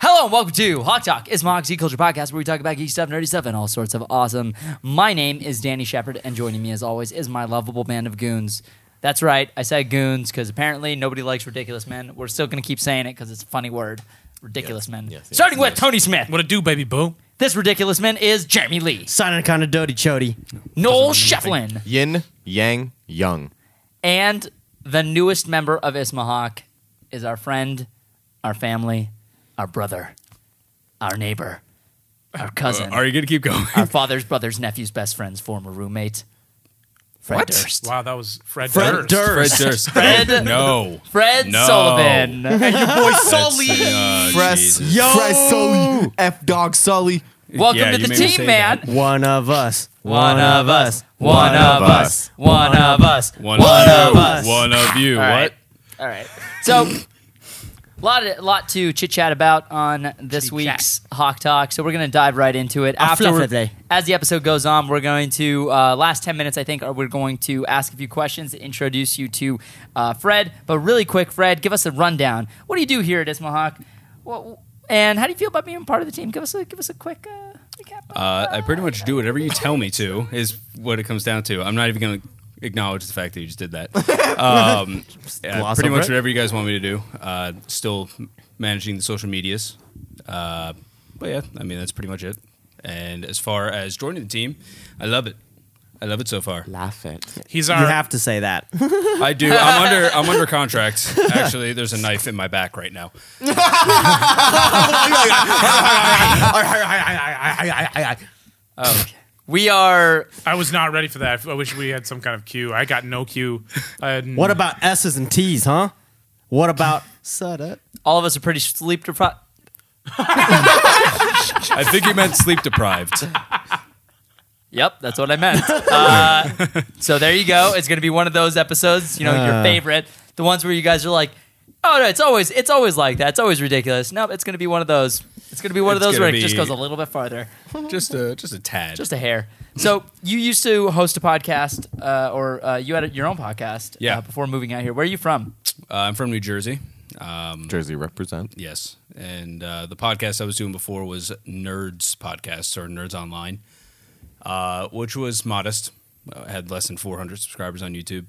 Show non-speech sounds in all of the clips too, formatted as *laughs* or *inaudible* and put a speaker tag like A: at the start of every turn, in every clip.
A: Hello and welcome to Hawk Talk. It's my Geek Culture Podcast where we talk about geek stuff, nerdy stuff, and all sorts of awesome. My name is Danny Shepard, and joining me as always is my lovable band of goons. That's right, I said goons because apparently nobody likes ridiculous men. We're still going to keep saying it because it's a funny word. Ridiculous men.
B: yes, yes,
A: Starting with Tony Smith.
C: What it do, baby boo?
A: This ridiculous man is Jeremy Lee,
D: Signing kind of dirty, Chody.
A: Noel Shefflin,
B: Yin, Yang, Young.
A: and the newest member of Ismahawk is our friend, our family, our brother, our neighbor, our cousin.
E: Uh, Are you gonna keep going? *laughs*
A: our father's brother's nephew's best friend's former roommate, Fred Durst.
C: Wow, that was Fred,
D: Fred
C: Durst.
D: Durst.
E: Fred Durst.
A: Fred-
E: No.
A: Fred
E: No. *laughs*
A: Sullivan.
E: Boy Sully.
B: Fresh, yo, fresh, Sully, F Dog Sully.
A: *laughs* Welcome
E: Yeah,
A: to
E: you
A: the
E: made me
A: team,
E: say
A: man.
D: One of us.
A: One of us. One of us.
E: One, of
A: of
E: us. One of you.
A: All right.
E: what?
A: All right. So, lot of, lot to chit chat about on this
C: Chitty-chat.
A: week's Hawk Talk. So we're gonna dive right into it.
D: Absolutely.
A: as the episode goes on, we're going to uh, last ten minutes. I think are we're going to ask a few questions to introduce you to uh, Fred. But really quick, Fred, give us a rundown. What do you do here at Ismahawk? What, and how do you feel about being part of the team? Give us a give us a quick uh, recap.
E: Uh, I pretty much do whatever you tell me to. Is what it comes down to. I'm not even gonna acknowledge the fact that you just did that. Um, yeah,
D: gloss
E: pretty
D: over
E: much
D: it.
E: whatever you guys want me to do. Uh, still managing the social medias. Uh, but yeah, I mean that's pretty much it. And as far as joining the team, I love it. I love it so far.
B: Laugh it.
C: He's
D: You
C: our.
D: have to say that.
E: I do. I'm under. I'm under contract. Actually, there's a knife in my back right now.
A: We are
C: I was not ready for that. I wish we had some kind of cue. I got no cue. I had
D: What about S's and T's, huh? What about Shut up.
A: all of us are pretty sleep deprived.
E: I think you meant sleep deprived.
A: Yep, that's what I
E: *laughs*
A: meant. Uh, so there you go. It's gonna be one of those episodes, you know, your
D: Uh.
A: favorite, the ones where you guys are like, "Oh no, it's always it's always like that. It's always ridiculous." No, it's gonna be one of those. It's gonna be one of
E: It's
A: those
E: gonna
A: where it just
E: be-
A: goes a little bit farther,
E: Just a just a tad.
A: just a hair. So you used to host a podcast, uh, or uh, you had a, your own podcast,
E: Yeah.
A: uh, before moving out here. Where are you from?
E: uh, I'm from New Jersey.
B: Jersey represent.
E: Yes, and uh, the podcast I was doing before was Nerds Podcasts or Nerds Online, uh, which was modest. Uh, I had less than 400 subscribers on YouTube.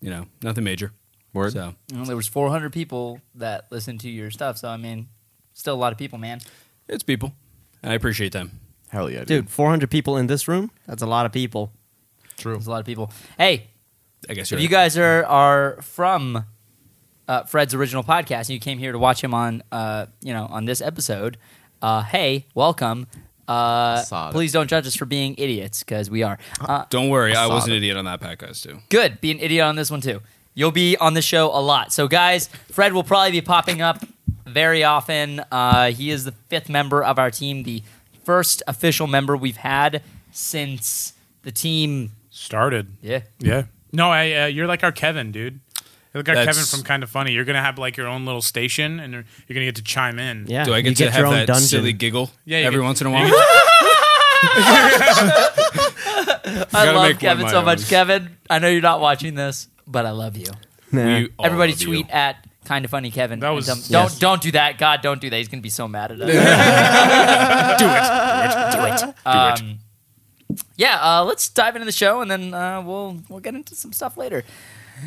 E: You know, nothing major.
B: Word.
E: So
A: You know, there was 400 people that listened to your stuff, so I mean, still a lot of people, man.
E: it's people. And I appreciate them.
B: Hell yeah, dude.
D: Dude, 400 people in this room? That's a lot of people.
C: True.
A: There's a lot of people. Hey,
E: I guess you're
A: If you guys are are from uh, Fred's original podcast and you came here to watch him on uh, you know on this episode, uh, hey, welcome. Uh,
B: Saw it.
A: please don't judge us for being idiots because we are. Uh,
E: Don't worry, I was
B: Solid.
E: an idiot on that podcast too.
A: good, be an idiot on this one too. You'll be on the show a lot. So guys, Fred will probably be popping up very often. Uh, he is the fifth member of our team, the first official member we've had since the team.
C: started?
A: Yeah,
C: Yeah. No, I. Uh, you're like our Kevin, dude. You're like our
E: That's-
C: Kevin from Kind of Funny. You're gonna have like your own little station, and you're you're gonna get to chime in.
D: Yeah.
E: Do I
D: you
E: get to
D: your
E: have
D: own
E: that
D: dungeon.
E: silly giggle
C: Yeah, you
E: every
C: get-
E: once in a while?
C: *laughs*
A: I
E: Gotta make
A: love
E: one
A: Kevin
E: my
A: so much.
E: own.
A: Kevin, I know you're not watching this, but I love you.
D: Nah.
E: We all
A: Everybody
E: Oh, love you.
A: tweet at kind of funny Kevin.
C: That
A: and
C: was-
A: tell him,
D: Yes.
A: don't don't do that. God, don't do that. He's gonna be so mad at us. do it.
C: *laughs*
A: Do it. Do it. Um, yeah, uh, let's dive into the show and then uh, we'll we'll get into some stuff later.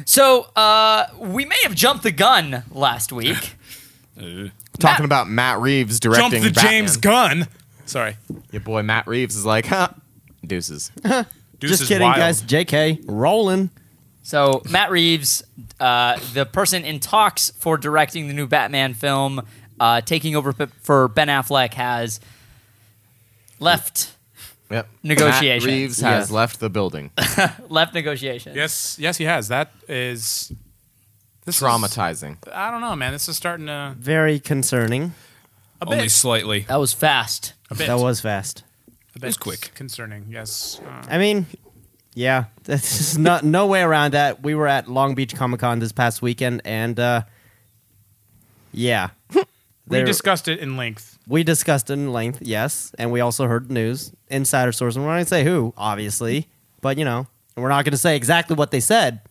A: So uh, we may have jumped the gun last week.
E: *laughs* Uh,
B: Talking about Matt Reeves
C: Jump
B: directing
C: the James
B: Batman.
C: Gunn. Sorry.
B: Your boy Matt Reeves is like, huh, deuces.
C: Deuce
D: Just
C: is
D: kidding,
C: wild.
D: guys. JK, rolling.
A: So Matt Reeves, uh, the person in talks for directing the new Batman film, uh, taking over p- for Ben Affleck, has left
B: Yep.
A: Negotiations.
B: Matt Reeves has left the building.
A: left negotiations.
C: Yes. Yes, he has. That is. This is-
B: Traumatizing.
C: I don't know, man. This is starting to
D: Very concerning.
C: a bit.
E: only slightly.
A: that was fast.
C: a bit.
D: That was fast.
C: a
E: was
C: bit
E: quick.
C: Concerning. Yes. Uh,
D: I mean, yeah, this is not no way around that. We were at Long Beach Comic Con this past weekend, and uh, yeah,
C: we
D: There-
C: discussed it in length.
D: we discussed it in length. Yes, and we also heard news, insider source, and we're not gonna say who, obviously, but you know, we're not gonna say exactly what they said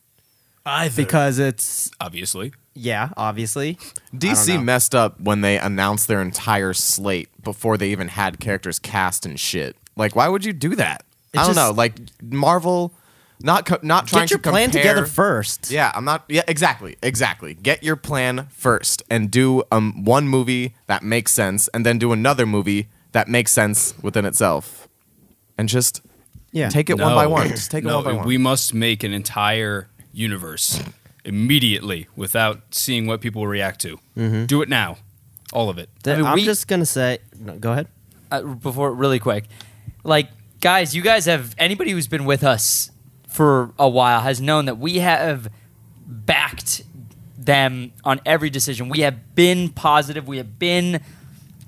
C: Either.
D: because it's
E: Obviously.
D: yeah, obviously. I
B: DC
D: don't know.
B: messed up when they announced their entire slate before they even had characters cast and shit. Like, why would you do that?
D: It
B: I don't
D: just-
B: know. Like Marvel, not co- not trying
D: Get your
B: to
D: plan
B: compare-
D: together first.
B: Yeah, I'm not. Yeah, exactly, exactly. Get your plan first and do um one movie that makes sense, and then do another movie that makes sense within itself, and just
D: Yeah.
B: take it one by one.
E: *clears throat*
B: Just take it
E: No,
B: one by one.
E: We must make an entire universe immediately without seeing what people react to.
B: Mm-hmm.
E: Do it now, all of it.
A: I mean,
D: I'm
A: we-
D: just gonna say. No, go ahead.
A: uh, before really quick like guys you guys have anybody who's been with us for a while has known that we have backed them on every decision we have been positive we have been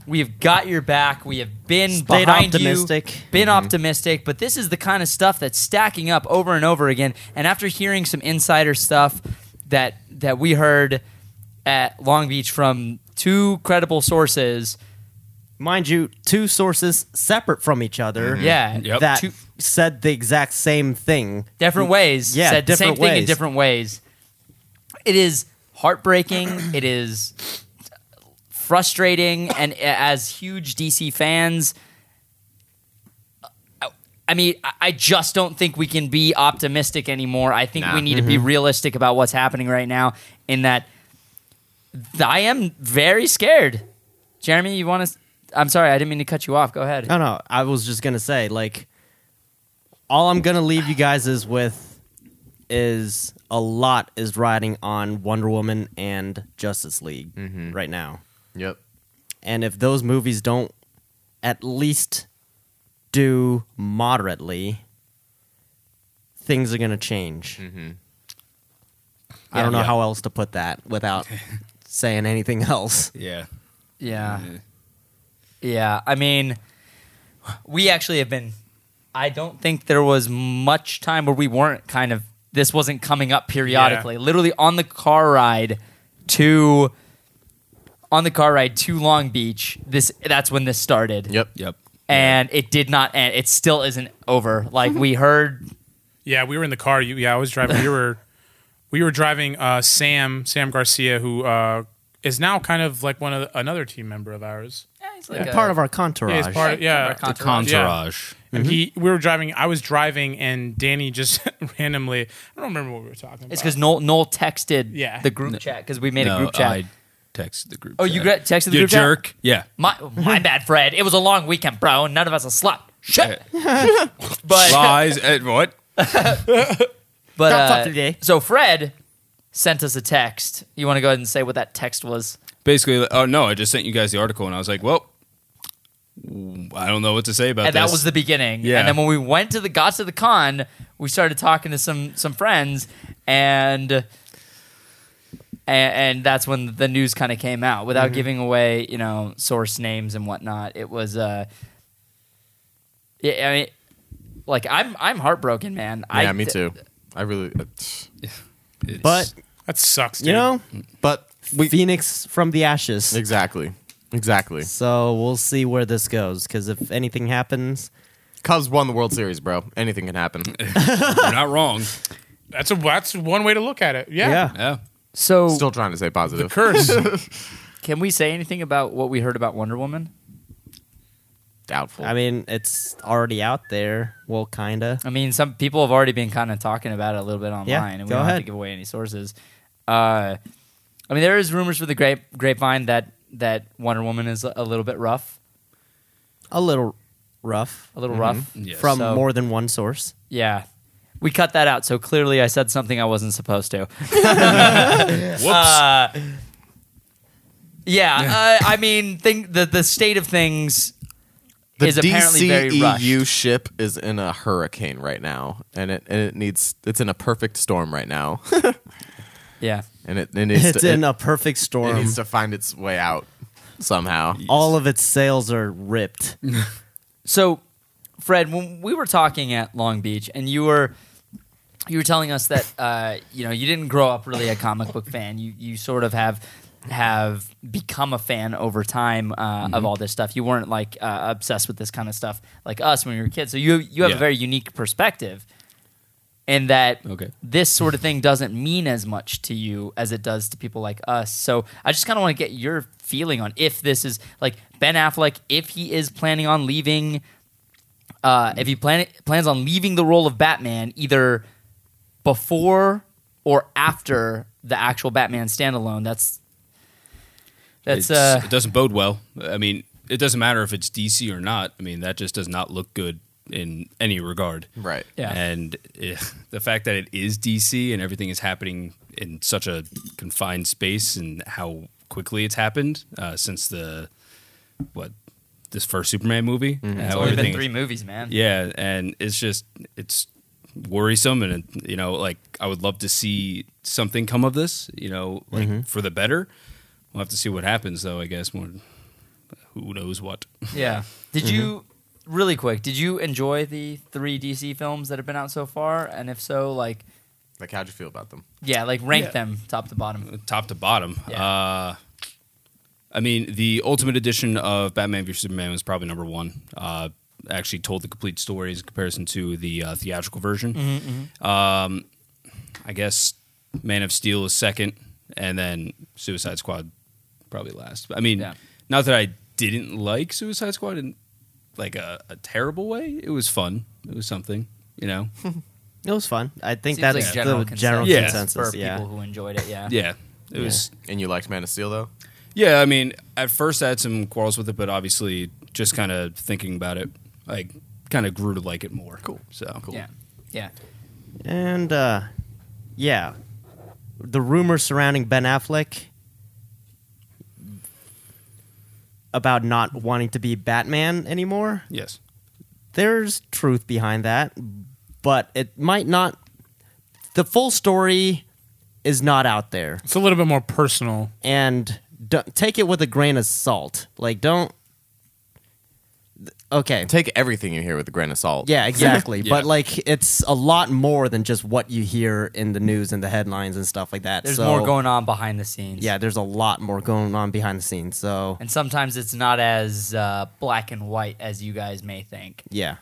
A: we have got your back we have been
D: Stayed
A: behind
D: optimistic. Mm-hmm.
A: you been optimistic but this is the kind of stuff that's stacking up over and over again and after hearing some insider stuff that that we heard at long beach from two credible sources
D: Mind you, two sources separate from each other.
A: yeah
E: Yep.
D: That
A: two-
D: said the exact same thing.
A: different ways.
D: Yeah,
A: said the same
D: different
A: thing in
D: ways.
A: different ways. It is
D: *clears throat*
A: heartbreaking. it is frustrating, and a- as huge DC fans, uh, I- I mean, I- I just don't think we can be optimistic anymore. I think we need to
D: Mm-hmm.
A: be realistic about what's happening right now. In that, th- I am very scared. Jeremy, you want to? I'm sorry, I didn't mean to cut you off. Go ahead.
D: No, no. I was just gonna say, like, all I'm gonna leave you guys is with is a lot is riding on Wonder Woman and Justice League right now,
B: yep.
D: and if those movies don't at least do moderately, things are gonna change. I don't know
E: Yeah.
D: how else to put that without saying anything else.
E: Yeah.
B: Ah.
A: Yeah. Yeah. I mean, we actually have been. I don't think there was much time where we weren't kind of. This wasn't coming up periodically. Literally on the car ride to. On the car ride to Long Beach, this that's when this started.
B: Yep.
E: Yep.
A: And it did not end. It still isn't over. Like we heard.
C: Yeah, we were in the car. You, yeah, I was driving. We were, *laughs* we were driving. Uh, Sam, Sam Garcia, who uh, is now kind of like one of the, another team member of ours.
A: eh, it's like a-
D: Part of our contourage.
C: Yeah, he's part of, yeah.
A: Our
E: The Contourage.
C: And he,
D: Mm-hmm.
C: we were driving. I was driving, and Danny just *laughs* randomly. I don't remember what we were talking.
A: It's
C: about.
A: because Noel, Noel texted
C: Yeah.
A: the group chat because we made
E: No,
A: a group chat.
E: I texted the group.
A: Oh, you gra- texted the
E: you
A: group chat?
E: jerk.
A: *laughs*
E: Yeah.
A: My
D: *laughs*
A: my bad, Fred. It was a long weekend, bro. None of us are slept. Shit. *laughs* but
E: Lies. eh, what?
A: but
D: Don't fuck
A: uh,
D: today.
A: so Fred sent us a text. You want to go ahead and say what that text was?
E: Basically, oh no, I just sent you guys the article, and I was like, well, I don't know what to say about
A: and
E: this.
A: that was the beginning.
E: Yeah.
A: And then when we went to the got to the con, we started talking to some some friends, and and, and that's when the news kind of came out
D: Mm-hmm.
A: without giving away you know source names and whatnot. It was uh, yeah, I mean, like I'm I'm heartbroken, man.
B: Yeah,
A: I,
B: me too. I really. uh,
E: It's-
D: but
C: that sucks. Dude.
D: you know,
B: But we
D: Phoenix from the ashes.
B: exactly, exactly.
D: So we'll see where this goes. Because if anything happens,
B: Cubs won the World Series, bro. Anything can happen.
E: *laughs* you're
A: *laughs*
E: not wrong.
C: that's a that's one way to look at it. Yeah.
D: yeah,
E: Yeah.
A: So
B: Still trying to say positive.
C: Curse.
A: Can we say anything about what we heard about Wonder Woman?
B: Doubtful.
D: I mean it's already out there. Well, kinda.
A: I mean, some people have already been kind of talking about it a little bit online,
D: Yeah,
A: and we
D: go
A: don't have to
D: ahead.
A: give away any sources. Uh, I mean, there is rumors for the grape, grapevine that that Wonder Woman is a little bit rough,
D: A little rough
A: a little rough.
E: Yes.
D: Mm-hmm. from
A: So-
D: more than one source.
A: Yeah, we cut that out. So clearly, I said something I wasn't supposed
D: *laughs*
A: to.
E: Whoops.
A: Yeah, uh, I mean, thing the the state of things
B: the
A: is apparently very rushed.
D: E
B: DCEU ship is in a hurricane right now, and it and it needs it's in a perfect storm right now, *laughs*
A: Yeah,
B: and it, it needs
D: It's
B: to,
D: in
B: it,
D: a perfect
B: it
D: storm.
B: needs to find its way out somehow.
D: All of its sails
A: *laughs*
D: are ripped.
A: So, Fred, when we were talking at Long Beach, and you were you were telling us that uh, you know you didn't grow up really a comic book fan. You you sort of have have become a fan over time uh, of all this stuff. You weren't like uh, obsessed with this kind of stuff like us when you were kids. So you you have
E: Yeah.
A: a very unique perspective. and that
E: Okay.
A: this sort of thing doesn't mean as much to you as it does to people like us. So I just kind of want to get your feeling on if this is like Ben Affleck, if he is planning on leaving, uh, if he plan- plans on leaving the role of Batman either before or after the actual Batman standalone. That's that's
E: It's-
A: uh,
E: it doesn't bode well. I mean, it doesn't matter if it's DC or not. I mean, that just does not look good in any regard.
B: Right.
A: Yeah.
E: And eh, the fact that it is DC and everything is happening in such a confined space and how quickly it's happened uh, since the what this first Superman movie. How
A: Mm-hmm. it's only been
E: everything-
A: three movies, man.
E: yeah, and it's just it's worrisome, and it, you know, like I would love to see something come of this, you know, like for the better. We'll have to see what happens, though. I guess more, who knows what?
A: Yeah. Did you
D: Mm-hmm.
A: really quick? Did you enjoy the three DC films that have been out so far? And if so, like
B: Like, how'd you feel about them?
A: yeah, like rank
E: Yeah.
A: them top to bottom.
E: Top to bottom.
A: Yeah.
E: Uh, I mean, the Ultimate Edition of Batman v Superman was probably number one. Uh, actually, told the complete story in comparison to the uh, theatrical version. Um, I guess Man of Steel is second, and then Suicide Squad probably last. I mean,
A: Yeah.
E: not that I didn't like Suicide Squad in like a, a terrible way. It was fun. It was something, you know.
D: It was fun. I think
A: Seems
D: that's
A: like
D: the
A: general
D: general
E: Yeah.
D: consensus.
A: for
D: Yeah.
A: people who enjoyed it. Yeah.
E: yeah, it
D: Yeah.
E: was.
B: And you liked Man of Steel though?
E: Yeah, I mean, at first I had some quarrels with it, but obviously, just kind of thinking about it, I kind of grew to like it more. Cool. So cool.
A: Yeah. Yeah.
D: And uh, yeah, the rumor surrounding Ben Affleck about not wanting to be Batman anymore.
E: Yes.
D: There's truth behind that, but it might not. The full story is not out there,
C: It's a little bit more personal.
D: and do take it with a grain of salt. Like, don't. Okay.
B: Take everything you hear with a grain of salt.
A: *laughs*
D: Yeah, exactly.
E: Yeah.
D: But like, it's a lot more than just what you hear in the news and the headlines and stuff like that.
A: There's
D: So-
A: more going on behind the scenes.
D: Yeah, there's a lot more going on behind the scenes. So
A: And sometimes it's not as uh, black and white as you guys may think.
D: yeah,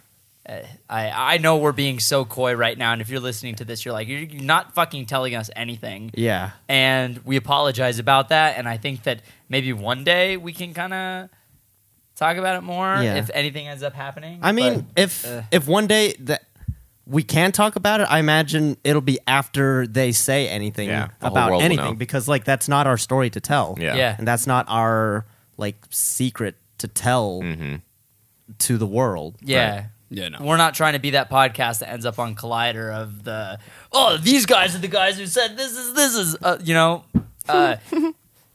A: Uh, I I know we're being so coy right now, and if you're listening to this, you're like you're not fucking telling us anything.
D: yeah,
A: and we apologize about that. And I think that maybe one day we can kind of talk about it more
D: Yeah.
A: if anything ends up happening.
D: I mean,
A: But-
D: if
A: uh.
D: if one day that we can talk about it, I imagine it'll be after they say anything
B: Yeah, the whole
D: about
B: world will know.
D: anything because like that's not our story to tell.
B: Yeah.
A: Yeah.
D: and that's not our like secret to tell
B: Mm-hmm.
D: to the world.
A: yeah.
E: Yeah. No.
A: We're not trying to be that podcast that ends up on Collider of the oh these guys are the guys who said this is this is uh, you know
D: *laughs*
A: uh,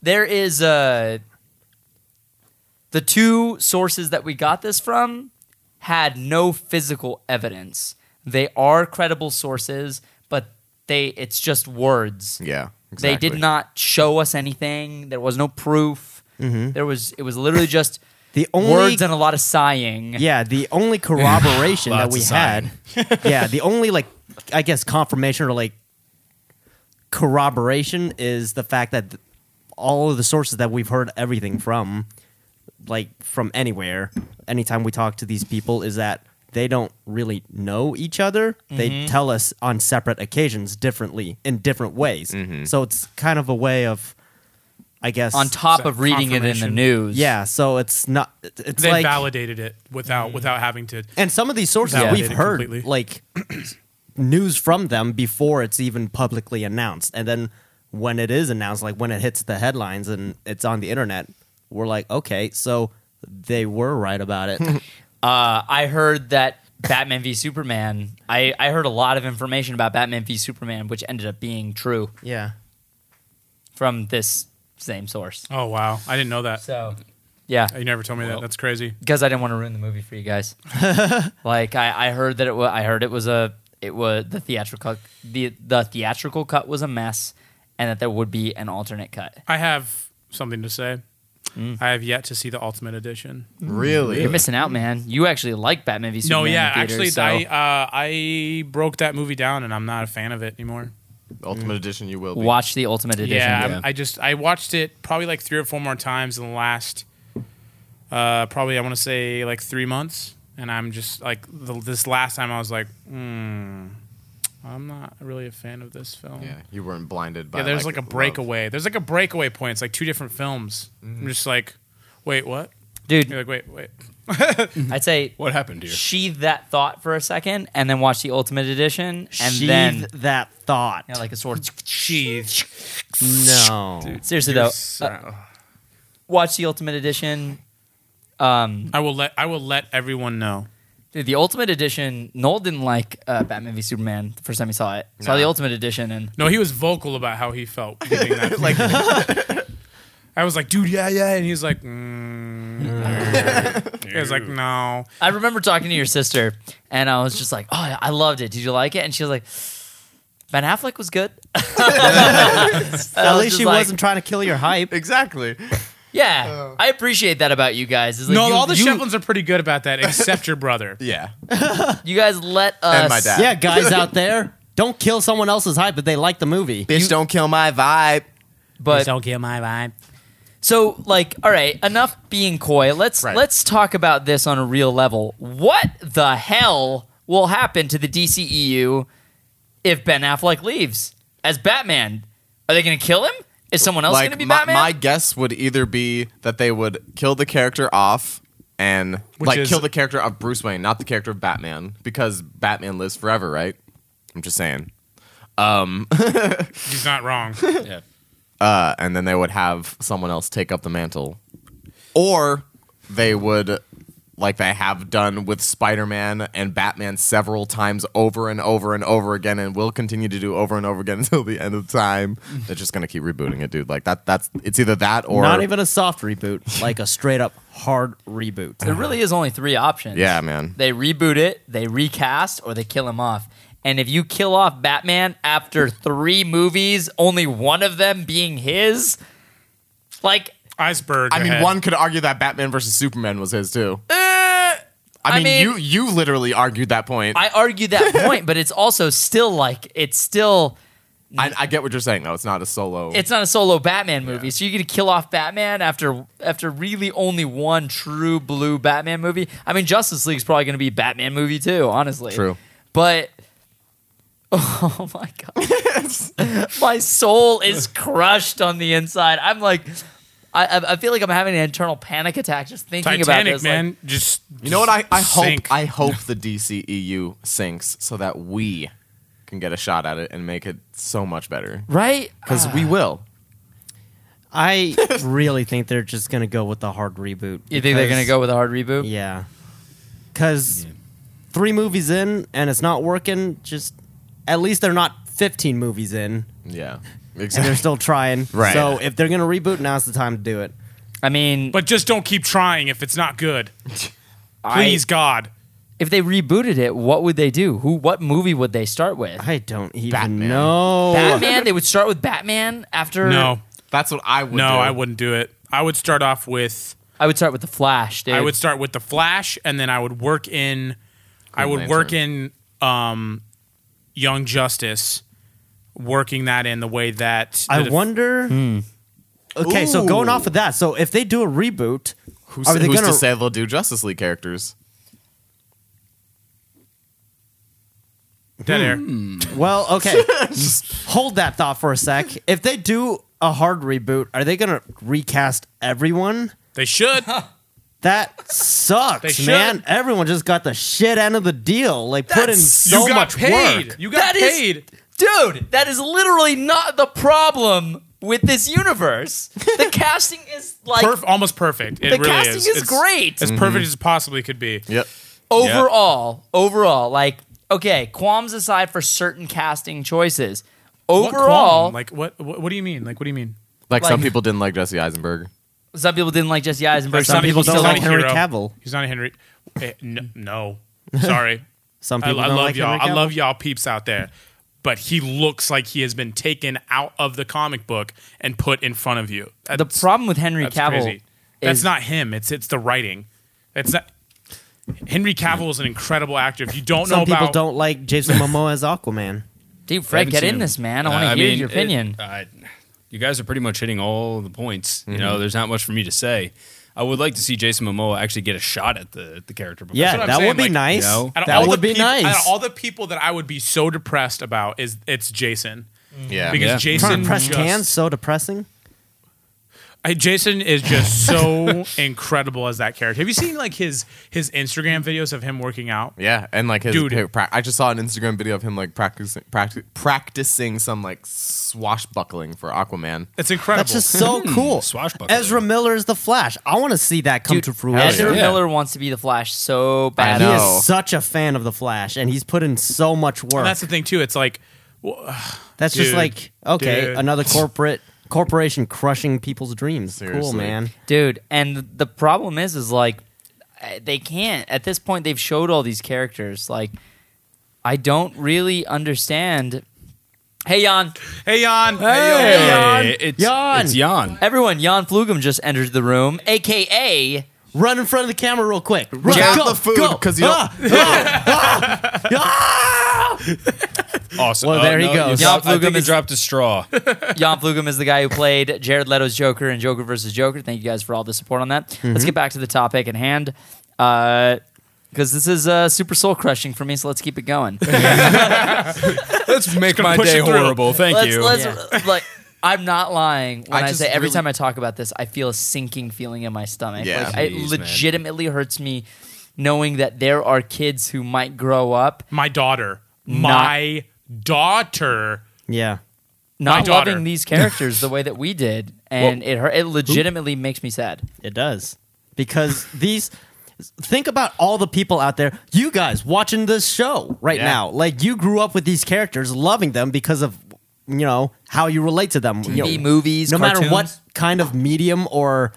A: there is uh, the two sources that we got this from had no physical evidence. They are credible sources, but they it's just words.
B: Yeah.
A: They did not show us anything. There was no proof. There was it was literally just
D: The Mm-hmm. *clears throat* only
A: words and a lot of sighing.
D: Yeah, the only corroboration that
E: Lots
D: we
E: of
D: had, yeah, the only like I guess confirmation or like corroboration is the fact that th- all of the sources that we've heard everything from, like from anywhere, anytime we talk to these people, is that they don't really know each other. They tell us on separate occasions, differently in different ways. So it's kind of a way of, I guess,
A: On top of reading it in the
C: Confirmation.
A: news.
D: Yeah, so it's not. It's
C: They
D: like
C: validated it without without having to.
D: and some of these sources
C: Validated
D: we've heard
C: completely.
D: like *clears throat* news from them before it's even publicly announced, and then when it is announced, like when it hits the headlines and it's on the internet, we're like, okay, so they were right about it.
A: *laughs* Uh, I heard that Batman v Superman. I, I heard a lot of information about Batman v Superman, which ended up being true
D: yeah,
A: from this same source.
C: Oh wow, I didn't know that.
A: So, yeah,
C: You never told me that. That's crazy.
A: because I didn't want to ruin the movie for you
C: *laughs*
A: guys. like I, I heard that it was. I heard it was a. It was the theatrical cut. The the theatrical cut was a mess, and that there would be an alternate cut.
C: I have something to say.
D: Mm.
C: I have yet to see the Ultimate Edition.
B: Really?
A: You're missing out, man. You actually like Batman v Superman.
C: no, yeah,
A: in
C: actually,
A: theaters, so-
C: I uh, I broke that movie down, and I'm not a fan of it anymore.
B: Ultimate Edition, you will be.
A: watch the Ultimate Edition.
C: yeah,
E: yeah.
C: I'm- I just I watched it probably like three or four more times in the last uh, probably I want to say like three months, and I'm just like the, this last time I was like, hmm, I'm not really a fan of this film.
B: Yeah, you weren't blinded by.
C: Yeah, there's like,
B: like
C: a breakaway. There's like a breakaway point. It's like two different films. I'm just like, wait, what?
A: Dude,
C: You're like, wait, wait.
A: I'd say
E: What happened here?
A: sheathe that thought for a second and then watch the Ultimate Edition and
D: Sheathe
A: then
D: that thought.
A: you know, like a
C: *laughs*
A: sword.
C: Jeez.
D: no.
A: Seriously
C: You're
A: though,
C: so-
A: uh, watch the Ultimate Edition. Um,
C: I will let I will let everyone know.
A: dude, the Ultimate Edition. Noel didn't like uh, Batman v Superman the first time he saw it. Saw the Ultimate Edition and
C: No, he was vocal about how he felt. leaving that like, I was like, dude, yeah, yeah, and he's
B: *laughs*
C: like, mm. he was like, no.
A: I remember talking to your sister and I was just like, oh, I- I loved it. Did you like it? And she was like, Ben Affleck was
D: *laughs*
A: good. *laughs*
D: At
A: was
D: least
A: just
D: she
A: like-
D: wasn't trying to kill
A: *laughs*
D: your hype.
B: exactly.
A: Yeah, I appreciate that about you guys. It's like
C: no,
A: you,
C: all the
A: you,
C: Shetlands are pretty good about that, except your brother.
B: *laughs* Yeah,
A: *laughs* you guys let us.
B: And my dad.
D: Yeah, guys out there, don't kill someone else's hype if they like the movie.
B: bitch, don't kill my vibe.
A: But
C: don't kill my vibe.
A: So, like, all right, enough being coy. Let's
B: Right.
A: let's talk about this on a real level. What the hell will happen to the DCEU if Ben Affleck leaves as Batman? Are they going to kill him? Is someone else going to
B: Like
A: be
B: my,
A: Batman?
B: my guess would either be that they would kill the character off and
C: Which
B: like
C: is-
B: kill the character of Bruce Wayne, not the character of Batman, because Batman lives forever, right? I'm just saying.
C: He's
B: *laughs*
C: not wrong.
E: Yeah.
B: Uh, and then they would have someone else take up the mantle, or they would. Like they have done with Spider Man and Batman several times over and over and over again, and will continue to do over and over again *laughs* until the end of time. They're just gonna keep rebooting it, dude. Like that. That's it's either that or
D: Not even a soft reboot, like a straight up hard
A: *laughs*
D: reboot.
A: there really is only three options.
B: Yeah, man.
A: They reboot it, they recast, or they kill him off. And if you kill off Batman after three movies, only one of them being his, like
C: Iceberg.
B: I mean,
C: ahead.
B: one could argue that Batman versus Superman was his too. I,
A: Uh, I
B: mean,
A: mean-
B: you you literally argued that point. I,
A: I argue
B: *laughs*
A: that point, but it's also still like it's still
B: I, get what you're saying though. It's not a solo.
A: it's not a solo Batman movie. So you're gonna kill off Batman after after really only one true blue Batman movie. I mean, Justice League's probably gonna be Batman movie too, honestly.
B: True.
A: but *laughs* oh my god,
D: *laughs*
A: my soul is crushed on the inside. I'm like. I, I- I feel like I'm having an internal panic attack just thinking about
C: Titanic,
A: this. like-
C: man. just
B: you know what? I, I hope
C: sink.
B: I hope the DCEU sinks so that we can get a shot at it and make it so much better
A: right?
B: because we will.
D: Uh, I really think they're just going to go with the hard reboot.
A: You think they're
D: because-
A: gonna go with a hard reboot?
D: Yeah. Because three movies in and it's not working, just at least they're not 15 movies in
B: Yeah,
D: and they're
B: exactly. *laughs*
D: still trying.
B: Right.
D: So if they're going to reboot, now's the time to do it.
A: I mean,
C: But just don't keep trying if it's
B: *laughs*
C: not good. Please, God.
A: if they rebooted it, what would they do? Who? What movie would they start with?
D: I don't even
B: Batman.
D: know.
A: Batman. they would start with Batman after.
C: No,
B: That's what I would.
C: no,
B: do.
C: I wouldn't do it. I would start off with
A: I would start with the Flash. Dude.
C: I would start with the Flash, and then I would work in. I would work in um, Young Justice, working that in the way that
D: I
C: that if-
D: wonder.
B: Hmm.
D: Okay, so going off of that, so if they do a reboot,
B: Who's,
D: are they
B: who's
D: going
B: to say they'll do Justice League characters?
C: Dead air. *laughs*
D: Well, okay. Hold that thought for a sec. If they do a hard reboot, are they going to recast everyone?
A: *laughs*
C: They should. *laughs*
D: That sucks,
C: should.
D: man. Everyone just got the shit end of the deal. Like put in so
C: you got
D: much
C: paid.
D: work.
C: You got
A: That is-
C: paid.
A: dude. That is literally not the problem with this universe.
C: *laughs*
A: the casting is like
C: Perf- almost perfect. It
A: the
C: really
A: casting
C: is.
A: is
C: It's
A: great.
C: As perfect as possibly could be.
B: Yep.
A: overall, overall, like okay, qualms aside for certain casting choices.
C: What
A: Overall,
C: qualm? like what, what? What do you mean? Like what do you mean?
B: Like, some
A: Like-
B: people didn't like Jesse Eisenberg.
A: some people didn't like Jesse Eisenberg.
C: Some
A: Some people
C: people
A: still
C: don't
A: like
C: like
D: Henry
C: hero.
D: Cavill.
C: He's not a Henry. eh, n-
D: *laughs*
C: no, sorry.
D: Some
C: I, I
D: people don't
C: love
D: like
C: y'all.
D: Henry
C: I
D: Cavill.
C: love y'all peeps out there. But he looks like he has been taken out of the comic book and put in front of you.
A: the
C: That's-
A: problem with Henry
C: that's
A: Cavill.
C: crazy. That's
A: is-
C: not him. It's it's the writing. It's not. Henry Cavill is an incredible actor. If you don't
D: Some
C: know
D: people
C: about,
D: don't like Jason
C: *laughs*
D: Momoa as Aquaman.
A: Dude, Fred,
E: Haven't
A: get
E: seen
A: in
E: him.
A: this, man. I
E: Uh,
A: want to hear
E: mean,
A: your
E: it-
A: opinion. Mm-hmm.
E: I- you guys are pretty much hitting all the points. You know, there's not much for me to say. I would like to see Jason Momoa actually get a shot at the the character. before-
D: Yeah,
C: what I'm
D: that
C: saying,
D: would be
C: like,
D: nice.
E: you know,
C: Out of all
D: that
C: the
D: would be
C: peop- Out
D: nice.
C: of all the people that I would be so depressed about is it's Jason
A: Mm.
B: Yeah.
C: because
E: Yeah.
C: Jason
D: press
C: just-
D: cans so depressing.
C: I- Jason is just
D: *laughs*
C: so incredible as that character. Have you seen like his his Instagram videos of him working out?
B: yeah, and like his
C: Dude.
B: hey, pra- I just saw an Instagram video of him like practicing practi- practicing some like swashbuckling for Aquaman.
C: It's incredible. Hmm.
D: That's just so cool.
E: swashbuckling.
D: Ezra Miller is the Flash. I want to see that come
A: Dude,
D: to fruition.
A: Ezra
E: yeah.
A: Miller wants to be the Flash so
B: I
A: bad.
B: know.
D: He
B: No.
D: is such a fan of the Flash, and he's put in so much work.
C: And that's
D: That's,
C: the thing too. It's like
D: just
C: dude.
D: like okay,
B: *laughs*
C: Dude.
D: another corporate corporation crushing people's dreams. Cool,
B: Seriously.
D: man.
A: dude and the problem is is like uh, they can't at this point they've showed all these characters like i don't really understand hey jan
C: Hey Jan.
A: Hey, Jan.
E: it's
D: Jan.
E: It's Jan.
A: everyone jan flugum just entered the room aka
D: Run in front of the camera real quick. Run,
B: Grab
D: go,
B: the food,
D: go.
B: 'cause you don't-
D: Ah, ah,
B: *laughs*
D: ah, ah.
E: Awesome.
D: Well,
E: Oh,
D: there he
E: no,
D: goes.
E: you dropped-
A: Jan
E: I think
A: Flugum
E: he
A: is-
E: dropped a straw.
A: jan flugum is the guy who played jared leto's joker in joker versus joker thank you guys for all the support on that let's get back to the topic at hand uh because this is uh, super soul crushing for me, so let's keep it going.
E: Let's make my
C: push
E: day
C: it through.
E: horrible. Thank
A: let's,
E: you.
A: Let's,
D: Yeah.
A: like, I'm not lying when
B: I
A: I,
B: just
A: say every
B: really-
A: time I talk about this, I feel a sinking feeling in my stomach.
B: Yeah.
A: Like, it
E: Jeez, man.
A: legitimately hurts me knowing that there are kids who might grow up
C: My daughter. My daughter.
D: Yeah.
A: not
C: daughter.
A: loving these characters the way that we did, and it hurt, it legitimately makes me sad.
D: It does. Because these think about all the people out there, you guys watching this show right
B: Yeah.
D: now. Like you grew up with these characters, loving them because of you know how you relate to them. you
A: TV,
D: know,
A: movies,
D: no matter
A: cartoons.
D: what kind of medium or